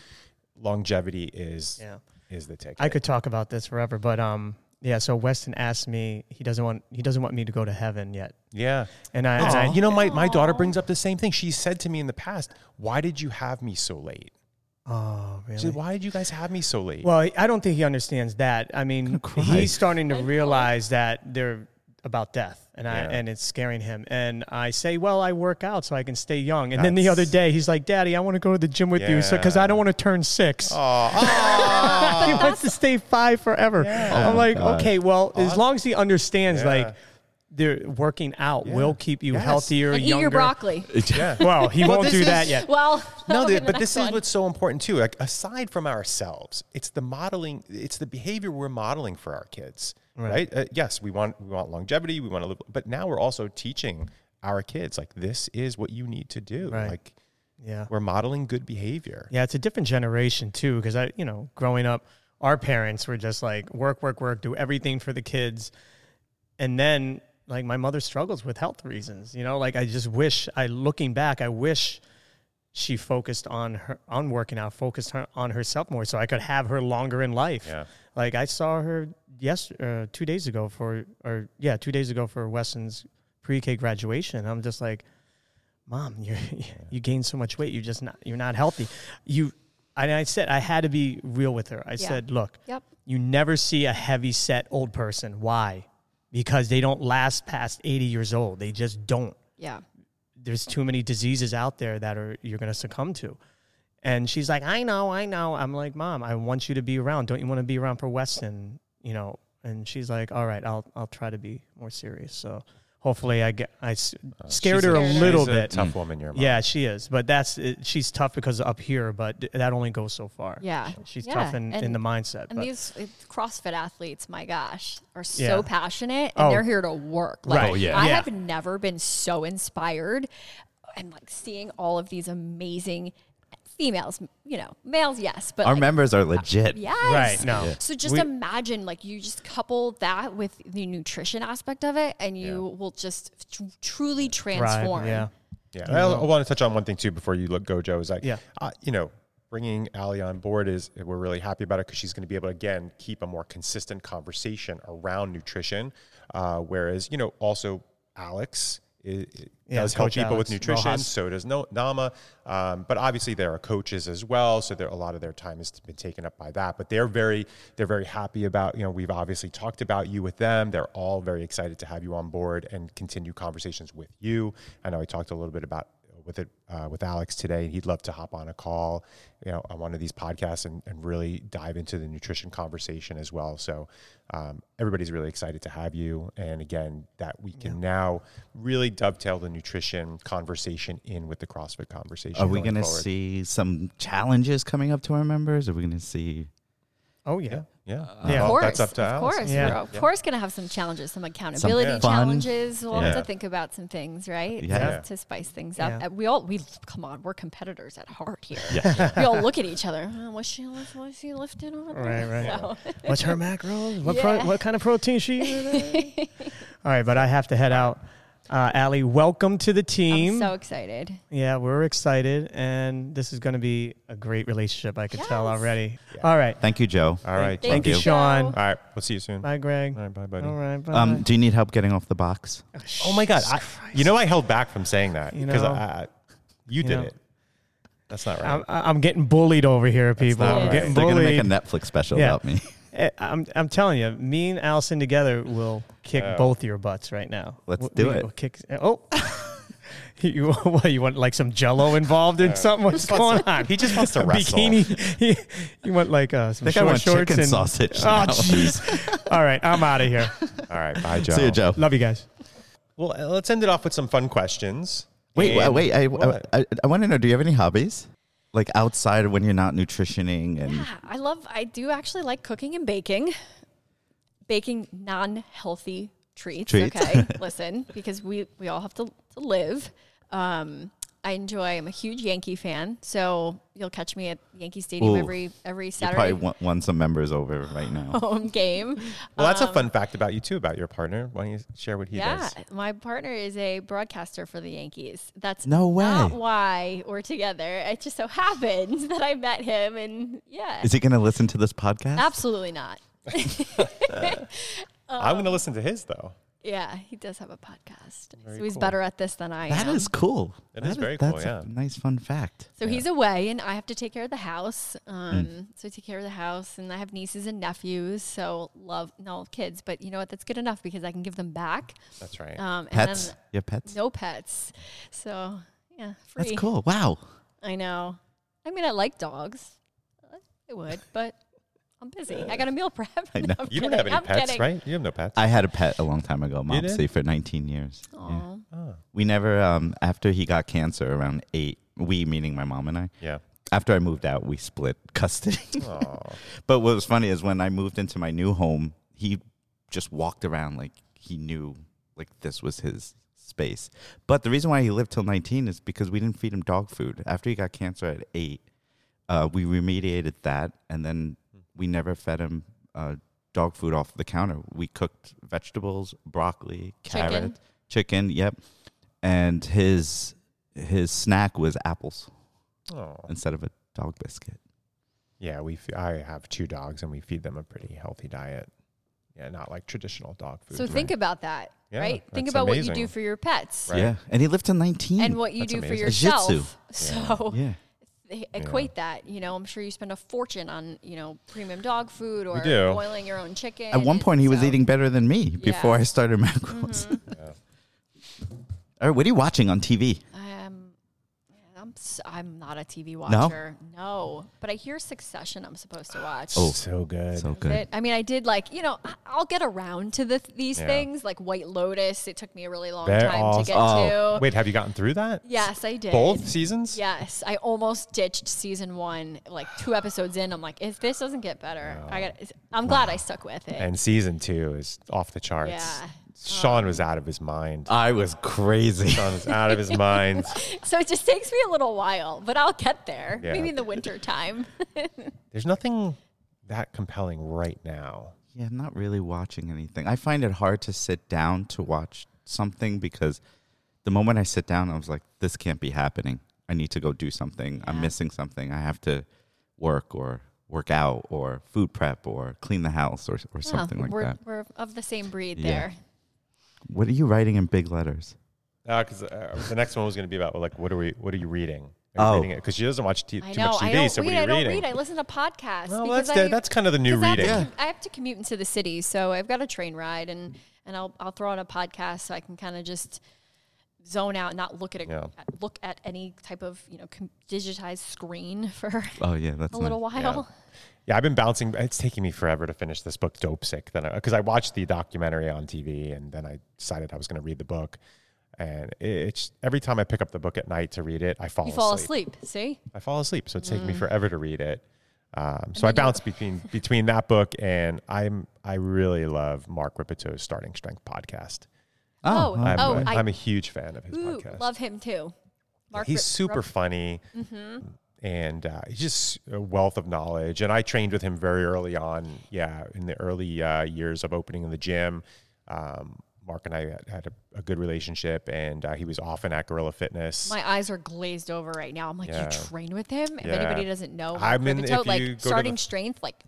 B: Longevity is
C: Yeah.
B: is the ticket.
C: I could talk about this forever, but um, yeah. So Weston asked me. He doesn't want. He doesn't want me to go to heaven yet.
B: yeah.
C: And I, and I-
B: you know, my, my daughter brings up the same thing. She said to me in the past, "Why did you have me so late?
C: oh
B: She said,
C: really?
B: Why did you guys have me so late?"
C: Well, I don't think he understands that. I mean, he's starting to realize that they're about death, and I
B: Yeah.
C: and it's scaring him. And I say, well, I work out so I can stay young. And then the other day, he's like, Daddy, I want to go to the gym with you, so because I don't want to turn six. he wants to stay five forever. I'm like, okay, well, as long as he understands, like, they're working out will keep you
B: Yes.
C: healthier,
D: And eat
C: younger.
D: your broccoli.
B: yeah.
C: Well, he won't
B: this
C: do
B: is-
C: that yet.
D: Well,
B: [LAUGHS] no,
D: [LAUGHS] that'll
B: the-
D: be the
B: but
D: next
B: this
D: one.
B: is what's so important too. Like aside from ourselves, it's the modeling, it's the behavior we're modeling for our kids, right? Uh, yes, we want we want longevity, we want to live, but now we're also teaching our kids like this is what you need to do.
C: Right.
B: Like
C: Yeah.
B: we're modeling good behavior.
C: Yeah, it's a different generation too, because I, you know, growing up, our parents were just like work, work, work, do everything for the kids, and then like my mother struggles with health reasons. You know, like I just wish I, looking back, I wish she focused on her on working out, focused her, on herself more, so I could have her longer in life.
B: Yeah.
C: Like I saw her yes, uh, two days ago for or yeah, two days ago for Weston's pre-K graduation. I'm just like, mom [LAUGHS] you you gained so much weight you're just not you're not healthy you and i said i had to be real with her i said look
D: Yep.
C: you never see a heavy set old person why because they don't last past 80 years old they just don't
D: Yeah.
C: there's too many diseases out there that are you're going to succumb to and she's like i know i know i'm like mom i want you to be around don't you want to be around for weston you know and she's like all right i'll i'll try to be more serious so hopefully i get i s-
B: Uh, She's
C: scared her a
D: Scared her.
C: little
B: she's a
C: bit
B: tough woman, your mom.
C: yeah, she is, but that's it, she's tough because of up here, but th- that only goes so far.
D: Yeah.
C: she's
D: Yeah,
C: tough in, in
D: and-
C: the mindset.
D: And
C: but-
D: these uh, CrossFit athletes, my gosh, are so
C: Yeah.
D: passionate and
C: Oh.
D: they're here to work. Like,
C: Right. Oh, yeah.
D: I
C: Yeah.
D: have never been so inspired and like seeing all of these amazing females, you know, males, yes,
A: [LAUGHS]
D: but
A: Our
D: like,
A: members are legit.
D: yes.
C: Right. No.
D: So just
C: We-
D: imagine, like, you just couple that with the nutrition aspect of it, and you will just tr- truly
C: Right.
D: transform.
C: Yeah.
B: Yeah, I, I want to touch on one thing too before you look go, Joe. Is like,
C: Yeah.
B: uh, you know, bringing Ali on board is we're really happy about it because she's going to be able to again keep a more consistent conversation around nutrition. Uh, whereas, you know, also Alex i i-
C: Yeah,
B: does help
C: Coach
B: people with
C: Alex
B: nutrition.
C: Rojas.
B: So does no, Nama, um, but obviously there are coaches as well. So there, a lot of their time has been taken up by that. But they're very they're very happy about you know we've obviously talked about you with them. They're all very excited to have you on board and continue conversations with you. I know I talked a little bit about with it uh, with Alex today, and he'd love to hop on a call, you know, on one of these podcasts and, and really dive into the nutrition conversation as well. So um, everybody's really excited to have you, and again, that we can now really dovetail the nutrition conversation in with the CrossFit conversation.
A: Are we
B: going
A: going to
B: forward.
A: see some challenges coming up to our members? Are we going to see?
C: Oh yeah.
B: Yeah,
C: Yeah.
D: Uh, Of
B: Well,
D: course,
B: that's up to
D: of
B: Alex.
D: course,
C: Yeah.
D: we're of course going to have some challenges, some accountability
A: fun.
D: challenges. We'll have
A: Yeah.
D: to think about some things, right?
A: Yeah.
D: To, to spice things up.
C: Yeah.
D: Uh, We all we come on, we're competitors at heart here. [LAUGHS] we all look at each other. "Uh, What's she? lift- What's she lifting on?
C: Right, right.
D: [LAUGHS] So,
C: [LAUGHS] What's her macros? What
D: Yeah.
C: pro- what kind of protein she? eating?
D: [LAUGHS]
C: All right, but I have to head out. Uh, Allie, welcome to the team.
D: I'm so excited.
C: yeah, we're excited, and this is going to be a great relationship. I could tell
D: Yes.
C: already. All right,
A: Thank you, Joe.
B: All right,
A: Thank
B: thank
A: you.
B: you.
A: you.
C: Sean.
B: All right, we'll see you soon.
C: bye, Greg.
B: All right, bye, buddy.
C: All right, bye.
A: Um, do you need help getting off the box?
B: Oh my god! I, you know I held back from saying that
C: You
B: because
C: know.
B: I, I, you, did
C: know.
B: it. That's not right.
C: I'm, I'm getting bullied over here, people.
B: not
C: I'm
B: right.
C: getting
A: They're going to make a
C: bullied.
A: Netflix special
C: Yeah.
B: [LAUGHS]
A: about me.
C: Eh, I'm, I'm telling you, me and Allison together will kick both your butts right now.
A: Let's
C: We-
A: do
C: we
A: it.
C: will kick. Oh, [LAUGHS] you [LAUGHS] what? You want like some Jello involved in
A: [LAUGHS]
C: something? What's going on?
B: he just wants to wrestle.
C: [LAUGHS] Bikini. you want like uh, some
A: I think I
C: short
A: want
C: shorts
A: chicken
C: and
A: sausage
C: Oh
A: now.
C: jeez! All right, I'm out of here.
B: All right, bye, Joe.
A: [LAUGHS] See you, Joe.
C: Love you guys.
B: Well, uh, let's end it off with some fun questions.
A: Wait, wait,
B: And-
A: wait. I,
B: What?
A: I, I, I want to know do you have any hobbies? Like outside of when you're not nutritioning and
D: Yeah, I love. I do actually like cooking and baking. Baking non-healthy
A: Treats. [LAUGHS]
D: treats. Okay, listen, because we we all have to to live. Um, I enjoy. I'm a huge Yankee fan, so you'll catch me at Yankee Stadium
A: Ooh.
D: every every
A: you probably
D: Saturday
A: won, won some members over right now.
D: [LAUGHS]
A: [LAUGHS]
D: home game.
B: well, that's a fun fact about you too, about your partner. Why don't you share what he
D: yeah,
B: does?
D: my partner is a broadcaster for the Yankees. That's
A: No
D: Not
A: way.
D: why we're together. It just so happens [LAUGHS] that I met him, and yeah,
A: Is he going to listen to this podcast?
D: absolutely not. uh,
B: I'm going to listen to his though.
D: Yeah, he does have a podcast. so he's better at this than I
A: That
D: am.
A: is cool.
B: It
A: That
B: is very cool,
A: that's a
B: yeah.
A: nice fun fact.
D: so he's away, and I have to take care of the house.
B: Mm.
D: Um, So I take care of the house, and I have nieces and nephews. So love no kids, but you know what? That's good enough because I can give them back.
B: That's right.
D: Um, and
A: Pets?
D: then
A: You have pets?
D: no pets. So yeah, free.
A: That's cool. Wow.
D: I know. I mean, I like dogs. I would, but I'm busy. I got a meal [LAUGHS] prep. I
A: know.
B: you don't have any pets, right? You have no pets.
A: I had a pet a long time ago,
B: did?
A: Mopsy, for 19 years. Yeah.
B: Oh,
A: We never, um, after he got cancer around eight, we, meaning my mom and I, [LAUGHS]
B: yeah.
A: after I moved out, we split [LAUGHS] custody. but what was funny is when I moved into my new home, he just walked around like he knew like this was his space. But the reason why he lived till 19 is because we didn't feed him dog food. After he got cancer at eight, uh, we remediated that, and then we never fed him uh, dog food off the counter. We cooked vegetables, broccoli, carrot,
D: Chicken.
A: chicken yep, and his his snack was apples
B: Oh.
A: instead of a dog biscuit.
B: Yeah, we. F- I have two dogs, and we feed them a pretty healthy diet. Yeah, not like traditional dog food.
D: So think about that,
B: Yeah,
D: right? Think
B: that's
D: about what you
B: amazing.
D: do for your pets
B: Right.
A: Yeah, and he lived till 19.
D: and what you
B: That's
D: do for
B: amazing.
D: yourself.
A: Jiu-jitsu.
D: [LAUGHS] So
A: yeah.
D: they equate that. You know, I'm sure you spend a fortune on you know premium dog food or
B: do.
D: boiling your own chicken.
A: At one point, he was
D: So-
A: eating better than me before
D: Yeah. Mm-hmm.
A: I started macros. [LAUGHS] All right, what are you watching on TV?
D: Um, I'm s- I'm not a TV watcher. No, but I hear Succession. I'm supposed to watch.
A: Oh,
B: so good.
A: So
D: But,
A: good.
D: I mean, I did like you know I- I'll get around to the, these
B: Yeah.
D: things like White Lotus. It took me a really long
B: They're
D: time
B: awesome.
D: to get
B: Oh,
D: to.
B: Wait, have you gotten through that?
D: Yes, I did.
B: Both seasons?
D: Yes, I almost ditched season one, like two episodes in. I'm like, if this doesn't get better, I got. I'm glad I stuck with it.
B: And season two is off the charts.
D: yeah, Um,
B: Sean was out of his mind.
A: I was crazy.
B: Sean was out of his mind.
D: So it just takes me a little while, but I'll get there.
B: Yeah.
D: Maybe in the
B: [LAUGHS]
D: winter time.
B: There's nothing that compelling right now.
A: [LAUGHS] Yeah, I'm not really watching anything. I find it hard to sit down to watch something because the moment I sit down, I was like, this can't be happening. I need to go do something. I'm missing something. I have to work or work out or food prep or clean the house or, or something like
D: we're,
A: that.
D: We're of the same breed
A: Yeah.
D: there.
A: What are you writing in big letters?
B: Because uh, the next one was going to be about like what are we? What are you reading?
A: Oh.
B: because she doesn't watch t- too
D: I know.
B: much
D: I
B: TV.
D: don't
B: So
D: read.
B: what are
D: I
B: you
D: don't
B: reading?
D: read. I listen to podcasts.
B: well,
D: because
B: that's
D: I,
B: the, that's kind of the new
D: 'cause I have
B: reading.
D: to com- I have to commute into the city, so I've got a train ride, and and I'll I'll throw on a podcast so I can kind of just zone out, not look at, a,
B: Yeah.
D: at- look at any type of you know com- digitized screen [LAUGHS] for
A: Oh, yeah, that's
D: a little
A: nice.
D: while.
B: Yeah, I've been bouncing. It's taking me forever to finish this book, Dope Sick. Then because I, watched the documentary on TV, and then I decided I was going to read the book. And it- it's every time I pick up the book at night to read it, I fall,
D: You fall
B: asleep.
D: asleep. See,
B: I fall asleep, so it's taking
D: Mm.
B: me forever to read it. Um, so I bounce between between that book and I'm I really love Mark Ripito's Starting Strength podcast.
D: Oh,
A: huh.
B: I'm,
D: oh,
B: a,
D: I-
B: am a huge fan of his
D: ooh,
B: podcast.
D: love him too. Mark
B: he's
D: Rip- Mm-hmm.
B: super
D: Rup-
B: funny and uh, he's just a wealth of knowledge and i trained with him very early on yeah in the early uh, years of opening the gym um, mark and i had- had a, a good relationship and uh, he was often at gorilla fitness
D: My eyes are glazed over right now. I'm like,
B: Yeah.
D: you trained with him. If
B: Yeah.
D: anybody doesn't know, Mark
B: I mean,
D: Ripito,
B: if you go to
D: like starting
B: the-
D: strength, like g-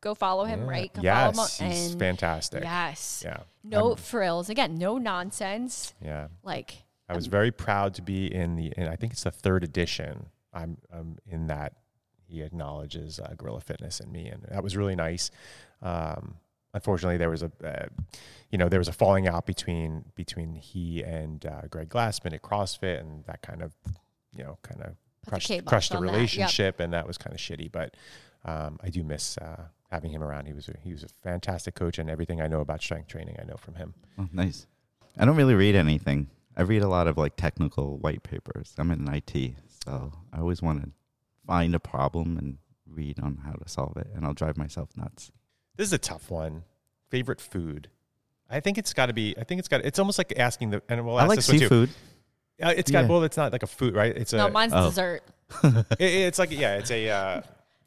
D: go follow him, right? Go follow him on-
B: yes he's
D: and-
B: fantastic
D: Yes.
B: yeah
D: No frills. Again, no nonsense.
B: yeah
D: Like
B: i was very proud to be in the and i think it's the third edition i'm, I'm in that he acknowledges uh, gorilla fitness in me and that was really nice um, unfortunately there was a uh, you know there was a falling out between between he and uh, greg glassman at crossfit and that kind of you know kind of
D: the
B: crushed,
D: kibosh
B: crushed the
D: on that, yep.
B: relationship and that was kind of shitty but um, i do miss uh, having him around he was a, he was a fantastic coach and everything i know about strength training i know from him
A: Oh, nice. I don't really read anything. I read a lot of like technical white papers. I'm in IT, so I always want to find a problem and read on how to solve it, and I'll drive myself nuts.
B: This is a tough one. Favorite food. I think it's got to be. I think it's got. It's almost like asking the. And we'll ask
A: I like
B: this one too.
A: seafood.
B: Uh, it's got.
A: Yeah.
B: Well, it's not like a food, right? It's
D: no,
B: a.
D: mine's
A: oh.
D: dessert.
B: it- it's like yeah. It's a. Uh,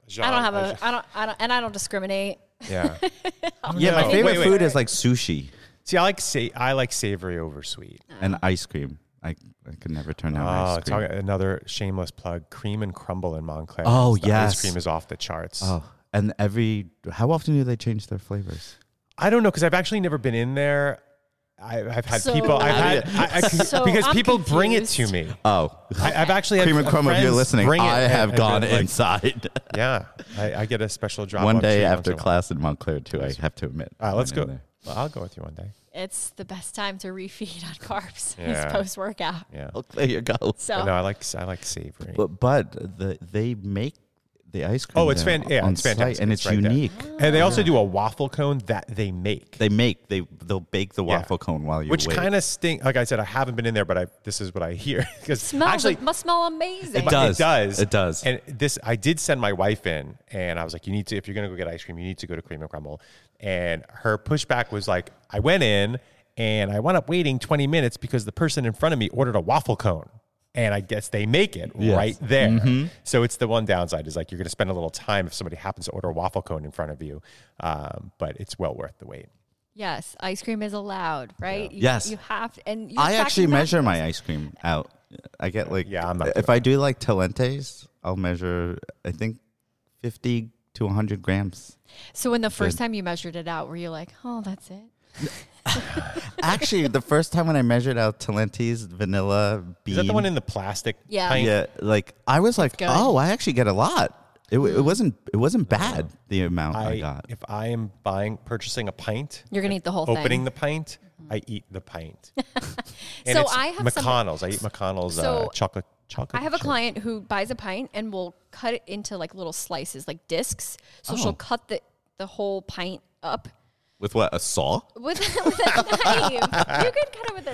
B: genre,
D: [LAUGHS] I don't have a. I don't. I don't. And I don't discriminate.
B: Yeah.
D: [LAUGHS]
A: Yeah, my
B: no.
A: favorite
B: Wait, wait.
A: food is like sushi
B: See, I like say I like savory over sweet.
A: and ice cream. I, I could never turn down
B: Oh,
A: ice cream.
B: talk, another shameless plug: cream and crumble in Montclair.
A: Oh,
B: The
A: yes.
B: ice cream is off the charts.
A: oh, and every how often do they change their flavors?
B: I don't know because I've actually never been in there. I, I've had
D: So-
B: people.
A: Have
B: I've had
D: [LAUGHS]
B: I, I,
D: So
B: because
D: I'm
B: people bring it to
D: confused.
B: me.
A: Oh,
B: I, I've actually
A: [LAUGHS]
B: had
A: cream
B: [LAUGHS]
A: and
B: f-
A: crumb. If you're
B: friends
A: listening,
B: bring it
A: I
B: and-
A: have
B: and
A: gone
B: been like, "Ah,
A: inside
B: Yeah, I, I get a special drop
A: one
B: on
A: day
B: Tuesday
A: after
B: once in a while.
A: class in Montclair too. I have to admit.
B: All right, let's
A: I went
B: go.
A: in there.
B: Well, I'll go with you one day.
D: It's the best time to refeed on [LAUGHS] carbs.
B: Yeah.
D: It's post workout.
B: Yeah.
A: Oh, there you go.
D: So
B: No, I like I like savory.
A: But but the they make the ice cream.
B: Oh, it's
A: there
B: fan- yeah,
A: on
B: it's fantastic.
A: site, and it's,
B: It's right there.
A: unique.
B: and they also do a waffle cone that they make,
A: They make they they'll bake the
B: Yeah.
A: waffle cone while you
B: which
A: wait.
B: kind of stink. Like I said, I haven't been in there, but I this is what I hear [LAUGHS] because
D: smells.
B: actually.
D: it must smell amazing.
A: It does.
B: It does.
A: It does.
B: And this, I did send my wife in, and I was like, "You need to, if you're gonna go get ice cream, you need to go to Cream and Crumble." And her pushback was like, "I went in, and I wound up waiting 20 minutes because the person in front of me ordered a waffle cone, and I guess they make it
A: Yes. Mm-hmm.
B: right there. So it's the one downside is like you're gonna spend a little time if somebody happens to order a waffle cone in front of you, um, but it's well worth the wait.
D: Yes, ice cream is allowed, right? You,
A: Yes.
D: you have and you
A: I
D: fact
A: actually
D: and that-
A: measure my ice cream out. I get like
B: Yeah, I'm not
A: if I do like Talentes, I'll measure I think fifty to hundred grams.
D: So when the first time you measured it out, were you like, oh, that's it?
A: Actually, the first time when I measured out Talentes vanilla bean,
B: Is that the one in the plastic?
D: Yeah.
B: pint?
A: yeah, like I was like,
D: good.
A: oh, I actually get a lot. It, w- it wasn't it wasn't bad the amount I,
B: I,
A: got.
B: if I am buying purchasing a pint,
D: You're gonna eat the whole thing.
B: opening the pint, I eat the pint. and
D: So
B: it's
D: I have some-
B: McConnell's. I eat McConnell's uh,
D: So
B: chocolate chocolate.
D: I have a
B: chip.
D: client who buys a pint and will cut it into like little slices, like discs. So
A: Oh.
D: she'll cut the the whole pint up
A: With what? A saw?
D: with, [LAUGHS] with a knife. You could cut it with a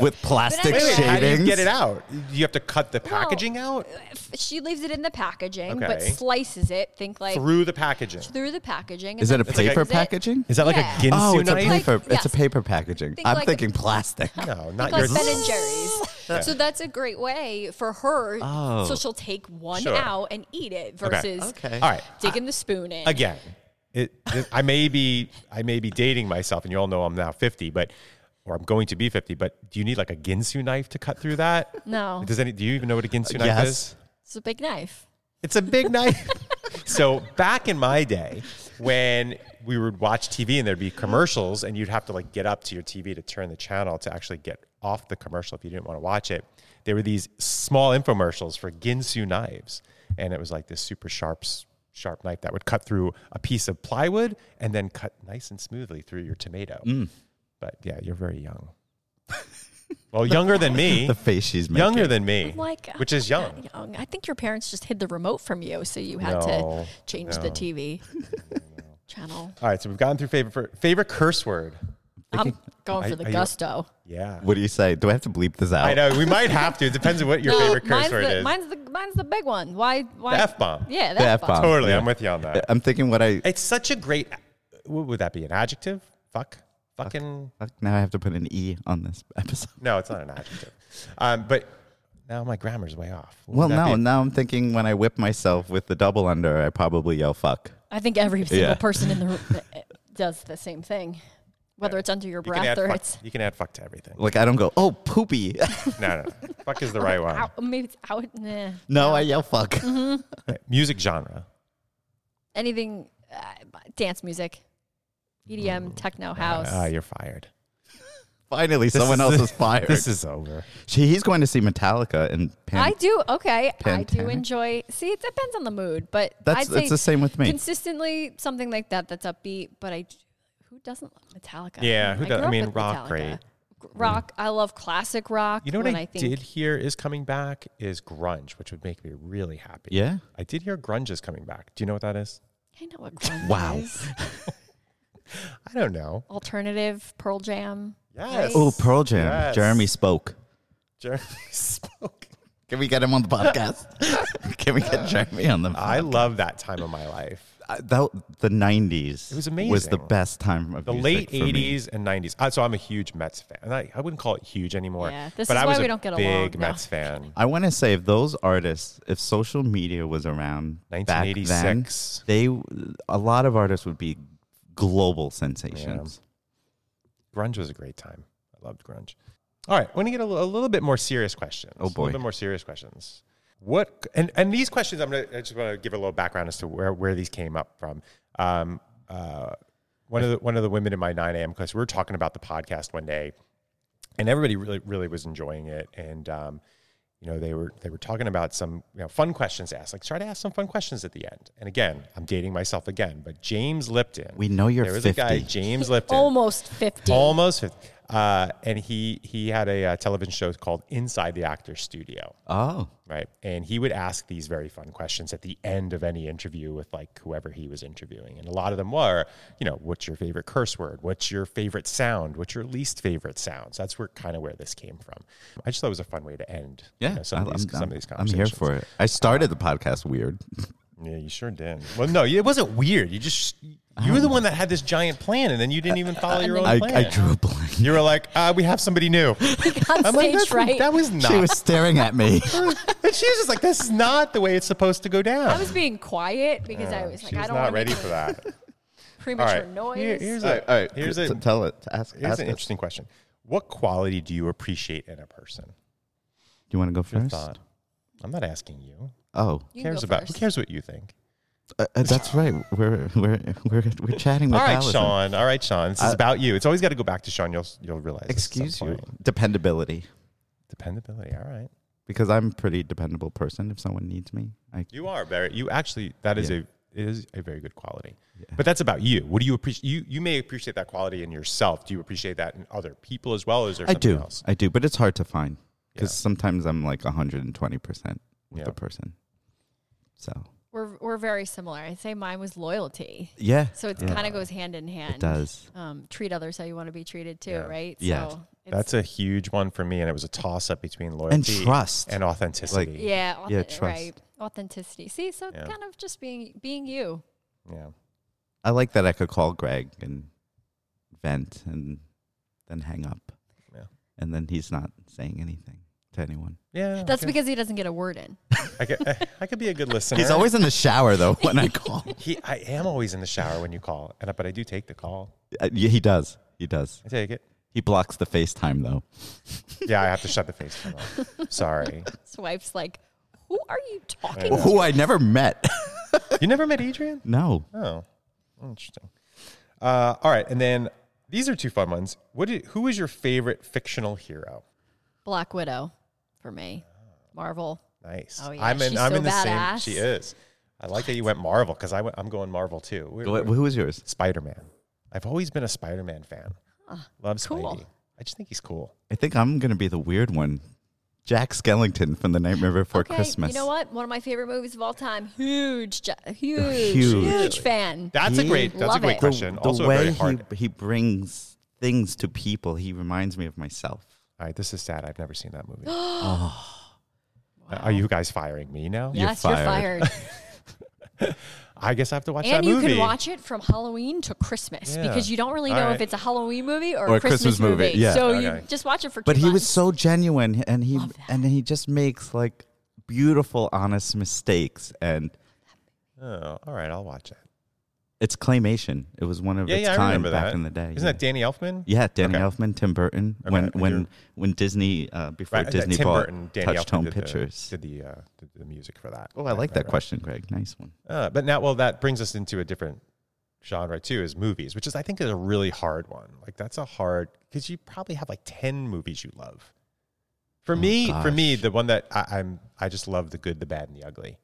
B: [LAUGHS]
A: With plastic
D: Wait, wait,
A: shavings?
B: how do you get it out? You have to cut the
D: Well,
B: packaging out
D: F- She leaves it in the packaging, but
B: Okay.
D: slices it. Think like through,
B: through the packaging.
D: the packaging.
A: Is it a
D: and then
A: paper
D: slices it.
A: packaging?
B: Is that like
D: Yeah.
B: a Ginsu
A: Oh, it's a
B: knife?
D: Like,
A: paper.
D: yes.
A: It's a paper packaging.
D: Think
A: I'm
D: like-
A: thinking
D: [LAUGHS]
A: plastic.
B: no, not
D: Like
B: your.
D: Ben and
B: [LAUGHS]
D: Jerry's. So that's a great way for her.
A: Oh.
D: So she'll take one
B: Sure.
D: out and eat it versus
A: Okay.
B: All right.
D: digging the spoon in.
B: again, it, it- I may be I may be dating myself, and you all know I'm now 50, but or I'm going to be 50. But do you need like a Ginsu knife to cut through that?
D: No,
B: Does any? Do you even know what a Ginsu knife
A: Yes.
B: is?
D: it's a big knife.
B: It's a big [LAUGHS] knife. so back in my day, when we would watch TV and there'd be commercials, and you'd have to like get up to your TV to turn the channel to actually get off the commercial if you didn't want to watch it. There were these small infomercials for Ginsu knives, and it was like this super sharp, s- sharp knife that would cut through a piece of plywood and then cut nice and smoothly through your tomato. But yeah, you're very young. well, younger than [LAUGHS] me.
A: The face she's making.
B: Younger than me,
D: Like
B: which is
D: I'm
B: young.
D: not young. I think your parents just hid the remote from you, so you
B: No,
D: had to change
B: [LAUGHS]
D: the TV channel.
B: All right, so we've gotten through favorite favorite curse word.
D: I'm going for the
B: are you-
D: gusto.
B: Yeah.
A: What do you say? Do I have to bleep this out?
B: I know. We might have to. It depends on what your favorite curse
D: mine's
B: word
D: the,
B: is.
D: mine's the mine's the big one. Why? Why?
B: The F-bomb.
D: Yeah,
A: The
D: the F
A: F-bomb.
D: bomb.
B: totally.
A: Yeah.
B: I'm with you on that.
A: I'm thinking what I.
B: It's such a great. What would that be? An adjective? Fuck. Fucking.
A: Fuck, now I have to put an E on this episode.
B: No, it's not an adjective. Um, but now my grammar's way off. What
A: Well,
B: would that
A: no.
B: be?
A: Now I'm thinking when I whip myself with the double under, I probably yell fuck.
D: I think every single
A: Yeah.
D: person in the room [LAUGHS] does the same thing, whether it's under your
B: You can,
D: breath
B: add
D: or
B: fuck,
D: it's
B: you can add fuck to everything.
A: Like I don't go, oh poopy. [LAUGHS]
B: No, no,
D: [LAUGHS]
B: no. fuck is the right one.
D: out. Maybe it's out. Nah.
A: no, I yell fuck.
D: Mm-hmm.
B: Music genre.
D: Anything, uh, dance music, EDM, techno, house.
B: Ah, you're fired.
A: Finally, someone
B: is-
A: else is fired.
B: This is over.
A: She, he's going to see Metallica and Pan-
D: I do okay. I do
A: Pantanic?
D: enjoy. See, it depends on the mood, but
A: That's-
D: I'd say
A: it's the same with me.
D: Consistently, something like that that's upbeat. But I, who doesn't love Metallica?
B: Yeah, who does- I
D: grew up
B: mean,
D: with
B: rock,
D: Metallica.
B: great.
D: Rock. I love classic rock.
B: You know what
D: when
B: I,
D: I think
B: did hear is coming back is grunge, which would make me really happy.
A: Yeah?
B: I did hear grunge is coming back. Do you know what that is?
D: I know what grunge
A: Wow.
D: is.
B: I don't know.
D: Alternative Pearl Jam.
B: Yes.
D: Right?
A: Oh, Pearl Jam.
B: Yes.
A: Jeremy spoke.
B: Jeremy [LAUGHS] spoke.
A: Can we get him on the podcast? [LAUGHS] Can we get Jeremy on the?
B: I
A: podcast?
B: love that time of my life.
A: I- that, the '90s. It
B: was
A: Was the
B: amazing.
A: best time of
B: The
A: music
B: late
A: for me.
B: '80s and '90s. Uh, so I'm a huge Mets fan. And I, I wouldn't call it huge anymore.
D: Yeah, this
B: but
D: is
B: I
D: why
B: was
D: we
B: a
D: don't get
B: big
D: along. No.
B: Mets fan.
A: I want to say if those artists, if social media was around back then,
B: 1986.
A: they a lot of artists would be global sensations.
B: Grunge was a great time. I loved grunge. All right, I want to get a, li- a little bit more serious questions.
A: Oh,
B: a
A: boy.
B: little bit more serious questions. What and and these questions, I'm gonna I just want to give a little background as to where where these came up from. Um, uh, one of the one of the women in my 9 a.m. class, we were talking about the podcast one day, and everybody really really was enjoying it, and um, you know they were they were talking about some you know, fun questions to ask, like try to ask some fun questions at the end. And again, I'm dating myself again, but James Lipton,
A: We know you're
B: there was a guy
A: 50.
B: James
D: Oh
B: Lipton,
D: Almost fifty.
B: almost 50. Uh, and he he had a uh, television show called Inside the Actor's Studio,
A: Oh,
B: right? And he would ask these very fun questions at the end of any interview with like whoever he was interviewing, and a lot of them were, you know, what's your favorite curse word? What's your favorite sound? What's your least favorite sounds? That's where kind of where this came from. I just thought it was a fun way to end. you
A: yeah.
B: know, some,
A: I-
B: of these,
A: I'm,
B: some of these
A: I'm here
B: conversations.
A: for it. I started the podcast weird.
B: Yeah, you sure did. Well, no, it wasn't weird. You just you were the one that had this giant plan, and then you didn't even follow your own
A: Ah. [LAUGHS] I,
B: plan.
A: I drew a blank.
B: You were like, uh, we have somebody
A: [LAUGHS]
B: new.
D: [LAUGHS] on
B: I'm like,
D: stage
B: that's,
D: right.
B: that was not.
A: She was staring at me.
B: [LAUGHS] and she was just like, this is not the way it's supposed to go down.
D: I was being quiet because I was like,
B: Uh, she was
D: I don't
B: not
D: want to
B: ready
D: make
B: for that. All
D: premature
B: right.
D: noise.
B: Here- here's
A: all
B: a,
A: right, all right.
B: Here's, a,
A: T- tell it. Ask,
B: here's
A: ask
B: an
A: us.
B: interesting question. What quality do you appreciate in a person?
A: Do you want to go
B: Your
A: first?
B: thought. I'm not asking you.
A: Oh,
B: Who
D: You can
B: cares
D: go
B: about
D: first.
B: who cares what you think?
A: uh, uh, that's right. We're we're we're we're chatting with
B: All right,
A: Allison.
B: Sean. All right, Sean. This is
A: I-
B: about you. It's always got to go back to Sean. You'll you'll realize. this at some
A: Excuse you.
B: point.
A: Dependability,
B: Dependability. All right.
A: because I'm a pretty dependable person. If someone needs me, I
B: You are Barry. You actually that is
A: Yeah.
B: a it is a very good quality. But that's about you. What do you appreciate? You you may appreciate that quality in yourself. Do you appreciate that in other people as well? Or is there
A: I
B: something
A: do.
B: else?
A: I do, but it's hard to find because
B: Yeah.
A: sometimes I'm like 120 percent with
B: Yeah.
A: the person. So
D: We're, we're very similar. I'd say mine was loyalty.
A: Yeah.
D: So it
A: Yeah.
D: kind of goes hand in hand.
A: It does.
D: Um, treat others how you want to be treated too,
B: Yeah.
D: right?
A: Yeah.
D: So it's,
B: That's a huge one for me, and it was a toss up between loyalty
A: And trust.
B: and authenticity.
D: yeah,
A: Yeah,
D: authen-
A: trust.
D: right. Authenticity. See, so
B: Yeah.
D: kind of just being being you.
B: yeah.
A: I like that I could call Greg and vent and then hang up.
B: Yeah.
A: And then he's not saying anything to anyone.
B: Yeah,
D: That's
B: okay.
D: because he doesn't get a word in.
B: I could, [LAUGHS] I could be a good listener.
A: He's always in the shower though when [LAUGHS] I call.
B: He, I am always in the shower when you call, and I- but I do take the call.
A: Uh, yeah, he does. He does.
B: I take it.
A: He blocks the FaceTime though.
B: Yeah, I have to shut the FaceTime
D: [LAUGHS]
B: off. Sorry,
D: His wife's like, "Who are you talking to?"
A: Who I never
B: [LAUGHS]
A: met.
B: you never met Adrian.
A: no.
B: Oh, interesting. Uh, all right, and then these are two fun ones. What? Did, who is your favorite fictional hero?
D: Black Widow, for me, Marvel.
B: Nice.
D: Oh, yeah,
B: I'm in.
D: she's
B: I'm
D: so
B: in the same.
D: badass.
B: She is. I like that you went Marvel because I went, I'm going Marvel too. We're-
A: Wh- Who was yours?
B: Spider Man. I've always been a Spider Man fan. Love
D: Ah, cool.
B: Spidey. I just think he's cool.
A: I think I'm gonna be the weird one. Jack Skellington from The Nightmare Before
D: okay,
A: Christmas.
D: you know what? One of my favorite movies of all time. Huge, ju- huge,
A: Huge.
D: huge, fan.
B: That's a
A: He-
B: great. That's a
D: Love
B: great
D: it.
A: The,
B: question.
A: the
B: also a
A: way
B: very hard.
A: he he brings things to people, he reminds me of myself.
B: all right, this is sad. I've never seen that
D: [GASPS]
B: movie. Uh, Are you guys firing me now?
A: Yeah. You're
D: yes, you're
A: fired.
D: fired.
B: I guess I have to watch
D: and
B: that
D: you
B: movie.
D: can watch it from Halloween to Christmas
B: Yeah.
D: because you don't really
B: All
D: know
B: right.
D: if it's a Halloween movie
A: Or
D: or,
A: a
D: a Christmas,
A: Christmas movie,
D: movie.
A: yeah.
D: So you
B: Okay.
D: just watch it for.
A: But
D: two
A: he was
D: months.
A: so genuine and he and he just makes like beautiful honest mistakes and
B: Oh, all right. I'll watch it.
A: it's claymation. It was one of
B: Yeah,
A: its
B: yeah, I
A: time
B: remember
A: back
B: that.
A: in the day.
B: Isn't that Danny Elfman?
A: yeah, Danny
B: Okay.
A: Elfman, Tim Burton, when
B: Okay,
A: when
B: you're-
A: when Disney uh, before
B: Right, that
A: Disney
B: Tim
A: bought
B: Burton, Danny
A: Touch
B: Elfman
A: Tone
B: did the-
A: Pictures.
B: did the uh, did the music for that?
A: oh, I like
B: Right,
A: that
B: right, right.
A: question, Greg. Nice one.
B: Uh, but now, well, that brings us into a different genre too, is movies, which is I think is a really hard one. Like that's a hard because you probably have like ten movies you love. For me, for me,
A: Oh, gosh.
B: the one that I, I'm, I just love the good, the bad, and the ugly.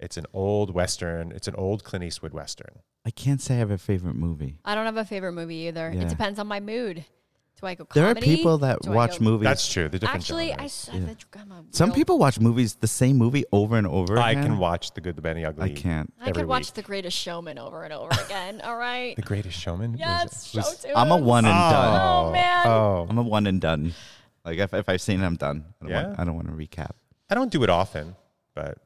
B: It's an old western. It's an old Clint Eastwood western.
A: I can't say I have a favorite movie.
D: I don't have a favorite movie either.
A: Yeah.
D: It depends on my mood. Do I go comedy?
A: There are people that
D: Do I
A: watch
D: go-
A: movies.
B: That's true. The different
D: Actually, I,
B: genres.
D: s-
A: Yeah.
D: I am a
A: Some
D: real-
A: people watch movies the same movie over and over.
B: I
A: again.
B: can watch the good, the bad, and the ugly.
A: I can't.
D: I could
B: every
D: watch
B: week.
D: The Greatest Showman over
A: [LAUGHS]
D: and over again. All right.
B: The Greatest Showman. was-
D: yes, show
B: was-
D: tunes.
A: I'm a one and done.
D: Oh, man.
B: Oh,
A: I'm a one and done. Like if, if I've seen it, I'm done. I don't,
B: Yeah?
A: want, I don't want to recap.
B: I don't do it often, but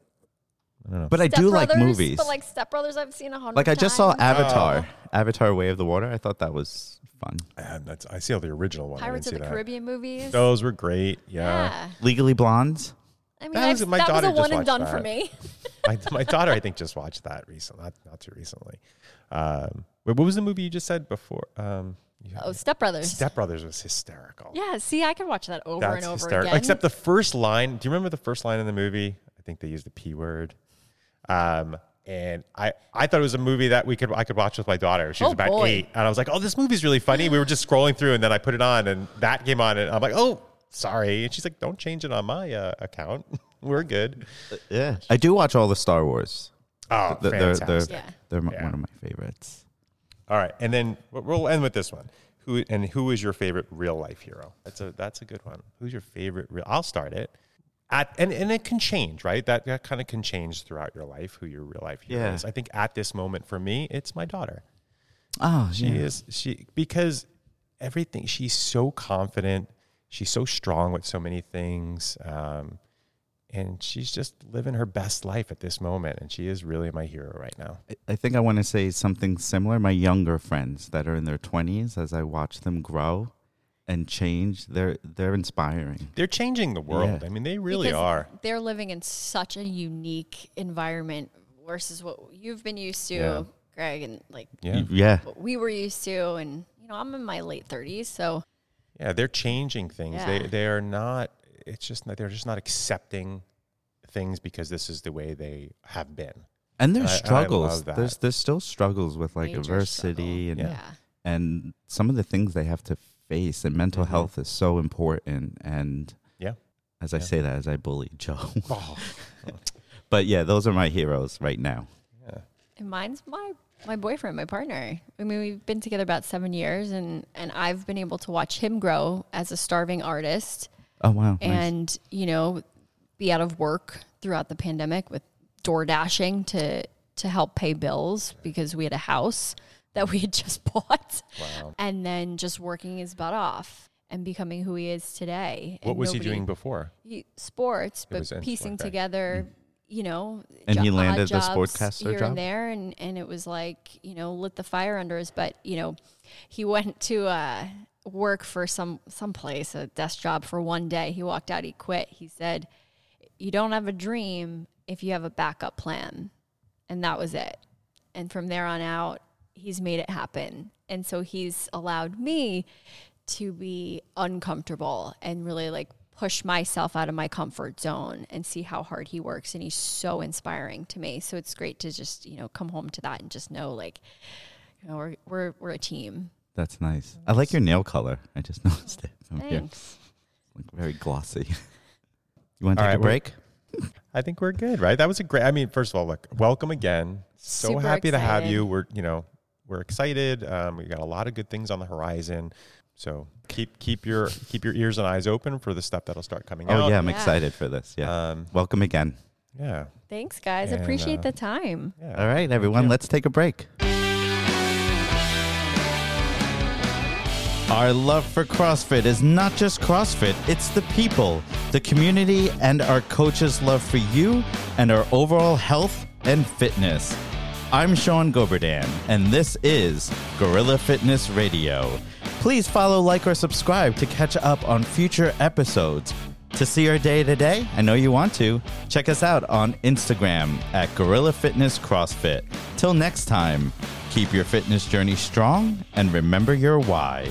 A: But I
D: Step
A: do like
D: Brothers,
A: movies.
D: But like Step Brothers, I've seen a hundred.
A: Like I just saw
D: times.
A: Avatar, Avatar: Way of the Water. I thought that was fun.
B: I, that's, I see all the original one. I
D: Pirates of
B: didn't see that.
D: the
B: uh,
D: Caribbean movies.
B: Those were great. yeah.
D: Yeah.
A: Legally Blonde.
D: I mean,
B: That
D: that
B: was-
D: was,
B: my
D: that was
B: daughter
D: a
B: just
D: one
B: watched
D: and done for
B: that.
D: me.
B: my, my daughter, I think, just watched that recently. Not, not too recently. Um, wait, what was the movie you just said before? Um, you-
D: Oh, Step Brothers.
B: Step Brothers was hysterical.
D: yeah, see, I could watch that over and over again.
B: Except the first line. Do you remember the first line in the movie? I think they used the p word. Um, and I, I thought it was a movie that we could I could watch with my daughter. She was
D: Oh,
B: about
D: boy.
B: eight, and I was like, "Oh, this movie's really funny." We were
D: [GASPS]
B: just scrolling through, and then I put it on, and that came on, and I'm like, "Oh, sorry." And she's like, "Don't change it on my uh, account. [LAUGHS] we're good."
A: Yeah, I do watch all the Star Wars.
B: Oh,
A: Th- They're
B: fantastic.
A: they're,
D: Yeah.
A: they're m-
B: Yeah.
A: one of my favorites.
B: All right, and then we'll- we'll end with this one. Who and who is your favorite real life hero? That's a that's a good one. Who's your favorite real? I'll start it. At and, and it can change, right? That that kind of can change throughout your life. Who your real life hero
A: Yeah.
B: is? I think at this moment for me, it's my daughter.
A: Oh,
B: She
A: yeah.
B: is she because everything. She's so confident. She's so strong with so many things, um, and she's just living her best life at this moment. And she is really my hero right now.
A: I- I think I want to say something similar. My younger friends that are in their twenties, as I watch them grow and change, they're they're inspiring.
B: They're changing the world.
A: Yeah.
B: I mean, they really
D: Because
B: are.
D: They're living in such a unique environment versus what you've been used to,
B: Yeah.
D: Greg, and like
B: Yeah.
A: Yeah,
D: what we were used to. And, you know, I'm in my late 30s, so
B: Yeah, they're changing things. They
D: Yeah.
B: they are not. It's just that they're just not accepting things because this is the way they have been.
A: and their
B: I- I love
A: struggles.
B: that.
A: There's there's still struggles with like
D: Major
A: adversity and
D: struggle.
B: Yeah.
D: yeah.
A: and some of the things they have to face and mental health is so important and
B: Mm-hmm. Yeah.
A: as i
B: Yeah.
A: say that as i bully
B: [LAUGHS]
A: joe
B: Oh,
A: but yeah those are my heroes right now
B: yeah.
D: And mine's my my boyfriend, my partner. I mean, we've been together about seven years, and and I've been able to watch him grow as a starving artist,
A: oh wow nice.
D: and you know, be out of work throughout the pandemic with door dashing to to help pay bills because we had a house [LAUGHS] that we had just [LAUGHS] bought, and then just working his butt off and becoming who he is today.
B: What
D: [LAUGHS] And
B: was he
D: nobody-
B: doing before?
D: he- sports, but
B: was in sport,
D: piecing
B: Mm. okay.
D: together, you know,
A: And he
D: jo- odd
A: landed the
D: jobs
A: sportcaster
D: here
A: job?
D: and there, and and it was like you know lit the fire under his butt. You know, he went to uh, work for some some place a desk job for one day. He walked out, he quit. He said, "You don't have a dream if you have a backup plan," and that was it. And from there on out, he's made it happen. And so he's allowed me to be uncomfortable and really like push myself out of my comfort zone and see how hard he works. And he's so inspiring to me. So it's great to just, you know, come home to that and just know like, you know, we're, we're, we're a team.
A: That's nice. I like your nail color. I just [LAUGHS] noticed it. from here.
D: Thanks.
A: Like very glossy. [LAUGHS] You want to
B: All
A: take
B: right,
A: a
B: we're-
A: break?
B: I think we're good, right? That was a great. I mean, first of all, look, welcome again. So
D: Super
B: happy to have
D: excited.
B: you. We're you know we're excited. Um, we got a lot of good things on the horizon. So keep keep your keep your ears and eyes open for the stuff that'll start coming out.
A: Oh yeah, I'm
D: Yeah.
A: excited for this. Yeah.
B: Um,
A: Welcome again.
B: yeah.
D: Thanks guys.
B: And,
D: Appreciate
B: uh,
D: the time.
B: Yeah.
A: All right, everyone, let's take a break. Our love for CrossFit is not just CrossFit, it's the people, the community, and our coach's love for you and our overall health and fitness. I'm Sean Goberdan, and this is Gorilla Fitness Radio. Please follow, like, or subscribe to catch up on future episodes. To see our day to day, I know you want to, check us out on Instagram at Gorilla Fitness CrossFit. Till next time, keep your fitness journey strong and remember your why.